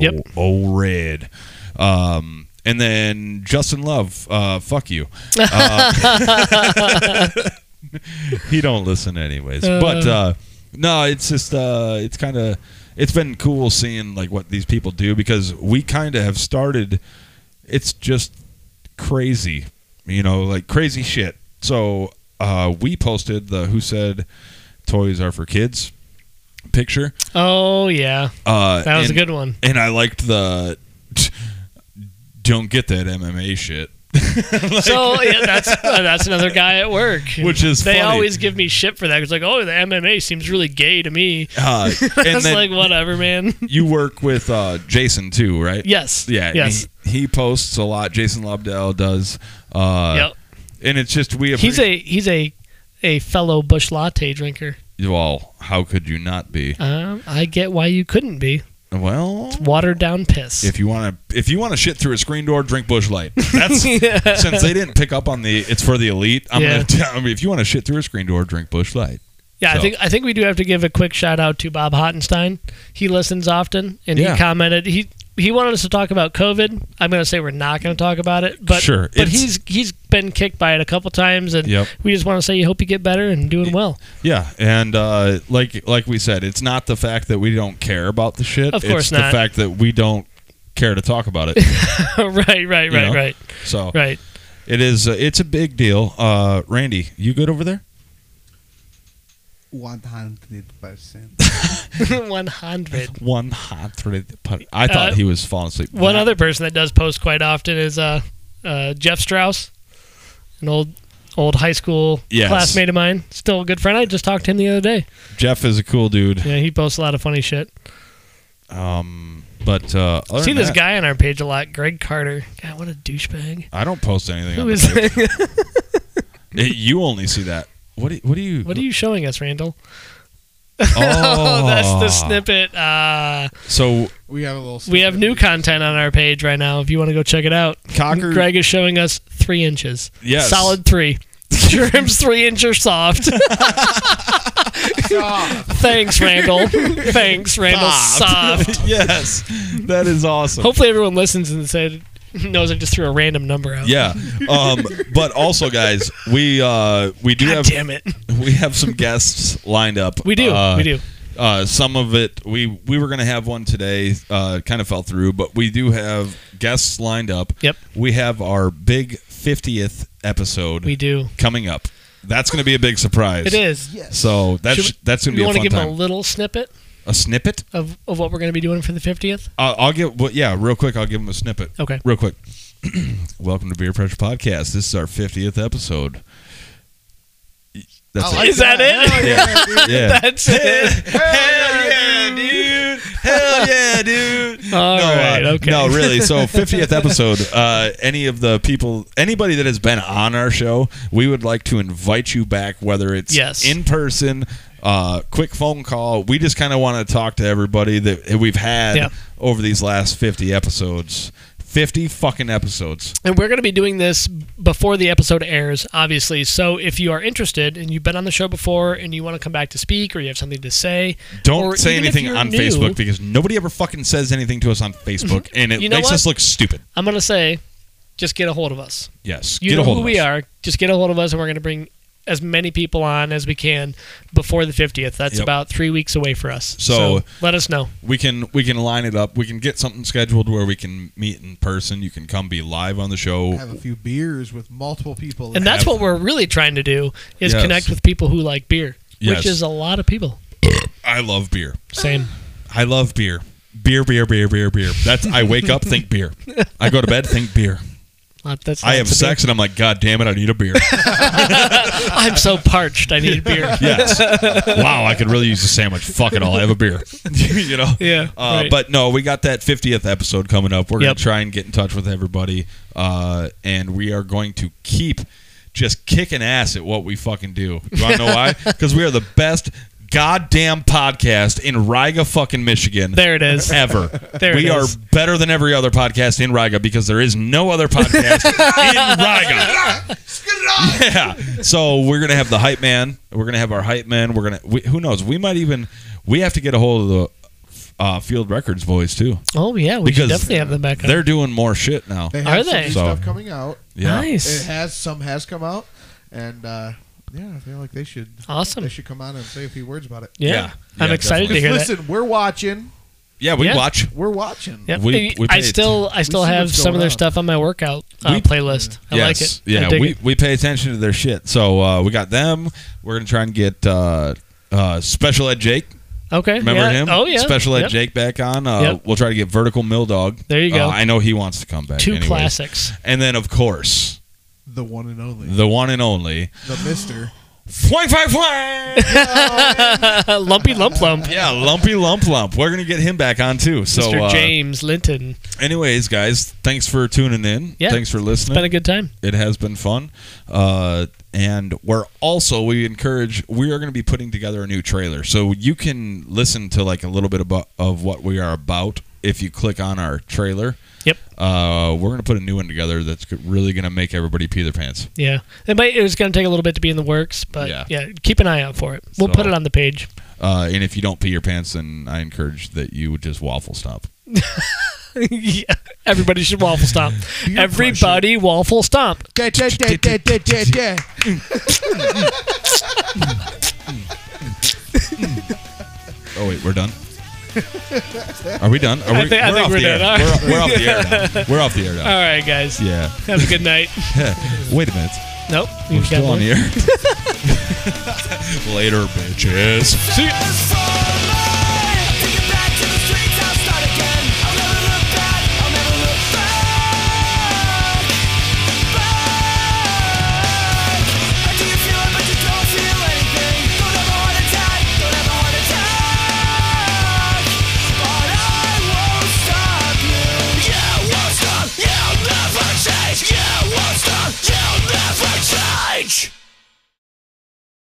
S2: Yep.
S1: Oh, oh, red. Um, and then Justin Love, uh, fuck you. Uh, he don't listen anyways. but uh, no, it's just uh, it's kind of it's been cool seeing like what these people do because we kind of have started. It's just crazy, you know, like crazy shit. So uh, we posted the who said toys are for kids picture.
S2: Oh yeah,
S1: Uh,
S2: that was
S1: and,
S2: a good one.
S1: And I liked the don't get that MMA shit. Like,
S2: So yeah, that's uh, that's another guy at work,
S1: Which is
S2: they
S1: funny.
S2: always give me shit for that. It's like, oh, the MMA seems really gay to me.
S1: uh,
S2: I
S1: and
S2: was
S1: then
S2: like, whatever, man.
S1: you work with uh, Jason too, right?
S2: yes.
S1: Yeah.
S2: Yes.
S1: He, he posts a lot. Jason Lobdell does. Uh,
S2: yep.
S1: And it's just we.
S2: He's a he's a a fellow Bush latte drinker.
S1: a well. How could you not be?
S2: Um, I get why you couldn't be
S1: Well.
S2: watered down piss.
S1: If you want to, if you want to shit through a screen door, drink Bush Light. That's since they didn't pick up on the. It's for the elite. I'm
S2: Yeah.
S1: gonna tell. I mean, if you want to shit through a screen door, drink Bush Light.
S2: Yeah,
S1: So-
S2: I think I think we do have to give a quick shout out to Bob Hottenstein. He listens often, and
S1: Yeah.
S2: he commented he he wanted us to talk about COVID. I'm going to say we're not going to talk about it, but
S1: Sure,
S2: but
S1: it's-
S2: he's he's been kicked by it a couple times, and
S1: Yep.
S2: we just want to say, hope you get better and doing well.
S1: Yeah, and uh, like like we said, it's not the fact that we don't care about the shit.
S2: Of
S1: it's
S2: course not.
S1: the fact that we don't care to talk about it.
S2: right, right, right,
S1: know?
S2: right,
S1: So
S2: right.
S1: it is. Uh, it's a big deal. Uh, Randy, you good over there?
S8: One hundred percent.
S2: One hundred.
S1: One hot three. I thought
S2: Uh,
S1: he was falling asleep.
S2: One other person that does post quite often is uh, uh, Jeff Strauss, an old old high school
S1: Yes.
S2: classmate of mine, still a good friend. I just talked to him the other day.
S1: Jeff is a cool dude.
S2: Yeah, he posts a lot of funny shit.
S1: Um, but uh, other
S2: See
S1: than
S2: this
S1: that,
S2: guy on our page a lot, Greg Carter. God, what a douchebag.
S1: I don't post anything. On the
S2: Who is
S1: page. Eh, you only see that. What do you, what do you?
S2: What are you showing us, Randall?
S1: Oh,
S2: Oh, that's the snippet. Uh,
S1: So
S3: We have a little.
S2: we have new content on our page right now. If you want to go check it out,
S1: Cocker-
S2: Greg is showing us three inches.
S1: Yes.
S2: solid three. Shrimp's three inch are soft. Thanks, Randall. Thanks, Randall. Soft.
S1: yes, that is awesome.
S2: Hopefully, everyone listens and said knows I just threw a random number out.
S1: Yeah. Um, but also, guys, we uh, we do
S2: God
S1: have
S2: damn it.
S1: we have some guests lined up.
S2: We do.
S1: Uh,
S2: we do.
S1: Uh, some of it we we were gonna have one today, uh, kind of fell through, but we do have guests lined up.
S2: Yep.
S1: We have our big fiftieth episode
S2: We do.
S1: coming up. That's gonna be a big surprise.
S2: It is.
S1: So that's
S2: Should we-
S1: that's gonna be
S2: you
S1: a
S2: want to
S1: fun
S2: give
S1: time.
S2: them a little snippet
S1: a snippet?
S2: of, of what we're going to be doing for the 50th?
S1: Uh, I'll give. Well, yeah, real quick. I'll give them a snippet.
S2: Okay.
S1: Real quick. Welcome to Beer Pressure Podcast. This is our fiftieth episode. That's
S2: Is that it?
S1: it. Yeah.
S2: That's it.
S1: Hell yeah, dude! Hell yeah, dude!
S2: All
S1: no, uh,
S2: right, okay.
S1: no, really. So, fiftieth episode. Uh, any of the people, anybody that has been on our show, we would like to invite you back, whether it's
S2: Yes.
S1: in person, uh, quick phone call. We just kind of want to talk to everybody that we've had
S2: Yeah.
S1: over these last fifty episodes. Fifty fucking episodes.
S2: And we're going to be doing this before the episode airs, obviously. So if you are interested and you've been on the show before and you want to come back to speak or you have something to say,
S1: Don't
S2: or
S1: say
S2: even if
S1: anything
S2: you're
S1: on
S2: new- Mm-hmm.
S1: Facebook because nobody ever fucking says anything to us on Facebook, and it
S2: You know
S1: makes
S2: what?
S1: us look stupid.
S2: I'm going to say, just get a hold of us.
S1: Yes,
S2: You
S1: get
S2: know
S1: a hold
S2: who
S1: of
S2: we
S1: us.
S2: are. Just get a hold of us, and we're going to bring as many people on as we can before the 50th. That's
S1: Yep.
S2: about three weeks away for us.
S1: So-
S2: let us know.
S1: we can we can line it up. We can get something scheduled where we can meet in person. You can come be live on the show.
S3: Have a few beers with multiple people.
S2: And that's what we're really trying to do is
S1: Yes.
S2: connect with people who like beer,
S1: Yes.
S2: which is a lot of people.
S1: I love beer.
S2: Same.
S1: I love beer. Beer, beer, beer, beer, beer. That's I wake up think beer. I go to bed think beer.
S2: Lot- Uh, That's
S1: I have
S2: lots of
S1: sex and I'm like, God damn it, I need a beer.
S2: beer. I'm so parched. I need beer.
S1: Yes. wow, I could really use a sandwich. Fuck it, I'll have a beer. you know.
S2: Yeah,
S1: Uh,
S2: right.
S1: But no, we got that 50th episode coming up. We're
S2: Yep.
S1: gonna try and get in touch with everybody, uh, and we are going to keep just kicking ass at what we fucking do. You want to know why? Because we are the best goddamn podcast in Riga, fucking Michigan.
S2: There it is.
S1: Ever.
S2: There
S1: we
S2: it
S1: are
S2: is.
S1: better than every other podcast in Riga because there is no other podcast in Riga. Yeah. So we're gonna have the hype man. We're gonna have our hype man. We're gonna. We, who knows? We might even. We have to get a hold of the uh, Field Records boys too.
S2: Oh yeah, we should
S1: Because
S2: definitely have them back on.
S1: They're doing more shit now.
S3: They
S2: Are
S3: have some
S2: they?
S3: new
S1: So-
S3: stuff coming out?
S1: Yeah.
S3: It
S2: Nice.
S3: has some has come out, and uh, yeah, I feel like they should.
S2: Awesome.
S3: They should come on and say a few words about it.
S2: Yeah.
S1: Yeah.
S2: I'm
S1: Yeah,
S2: excited
S1: definitely.
S2: to hear that.
S3: Listen, we're watching.
S1: Yeah, we
S2: Yeah.
S1: watch.
S3: We're watching.
S2: Yep.
S1: We- we
S2: I
S1: paid-
S2: still I still
S3: see
S2: have
S3: what's
S2: some of
S3: going
S2: their
S3: on.
S2: stuff on my workout uh,
S1: We-
S2: playlist. I like it.
S1: yes.
S2: I
S1: Yeah.
S2: dig
S1: we
S2: it.
S1: we pay attention to their shit. So uh, we got them. We're gonna try and get uh, uh, Special Ed Jake.
S2: Okay.
S1: Remember
S2: yeah.
S1: him?
S2: Oh yeah.
S1: Special Ed
S2: Yep.
S1: Jake back on. Uh,
S2: Yep.
S1: We'll try to get Vertical Mill Dog.
S2: There you go.
S1: Uh, I know he wants to come back.
S2: Two
S1: anyways.
S2: classics.
S1: And then of course
S3: The one and only,
S1: the one and only.
S3: the Mister.
S1: Fwang, fwang, fwang!
S2: Uh, lumpy lump lump.
S1: Yeah, lumpy lump lump. We're gonna get him back on too. So,
S2: Mr.
S1: uh,
S2: James Linton.
S1: anyways, guys, thanks for tuning in.
S2: Yeah.
S1: thanks for
S2: It's been
S1: listening.
S2: a good time.
S1: it has been fun, uh, and we're also we encourage we are gonna be putting together a new trailer, so you can listen to like a little bit about of what we are about if you click on our trailer.
S2: Yep.
S1: Uh, we're gonna put a new one together that's g- really gonna make everybody pee their pants.
S2: Yeah, it might. It's going to take a little bit to be in the works, but
S1: Yeah.
S2: yeah, keep an eye out for it. We'll
S1: So-
S2: put it on the page.
S1: Uh, and if you don't pee your pants, then I encourage that you would just waffle stop.
S2: yeah, everybody should waffle stomp. everybody waffle stomp.
S3: Da, da, da, da, da, da, da.
S1: Oh wait, we're done. Are we done? Are we,
S2: I thi- I think
S1: off
S2: we're
S1: the air.
S2: done.
S1: We're, we're off the air now. We're off the air
S2: All
S1: now.
S2: right, guys.
S1: Yeah.
S2: Have a good night.
S1: Wait a minute.
S2: Nope.
S1: We're
S2: you've got
S1: still on
S2: one.
S1: the air. Later, bitches.
S5: See ya.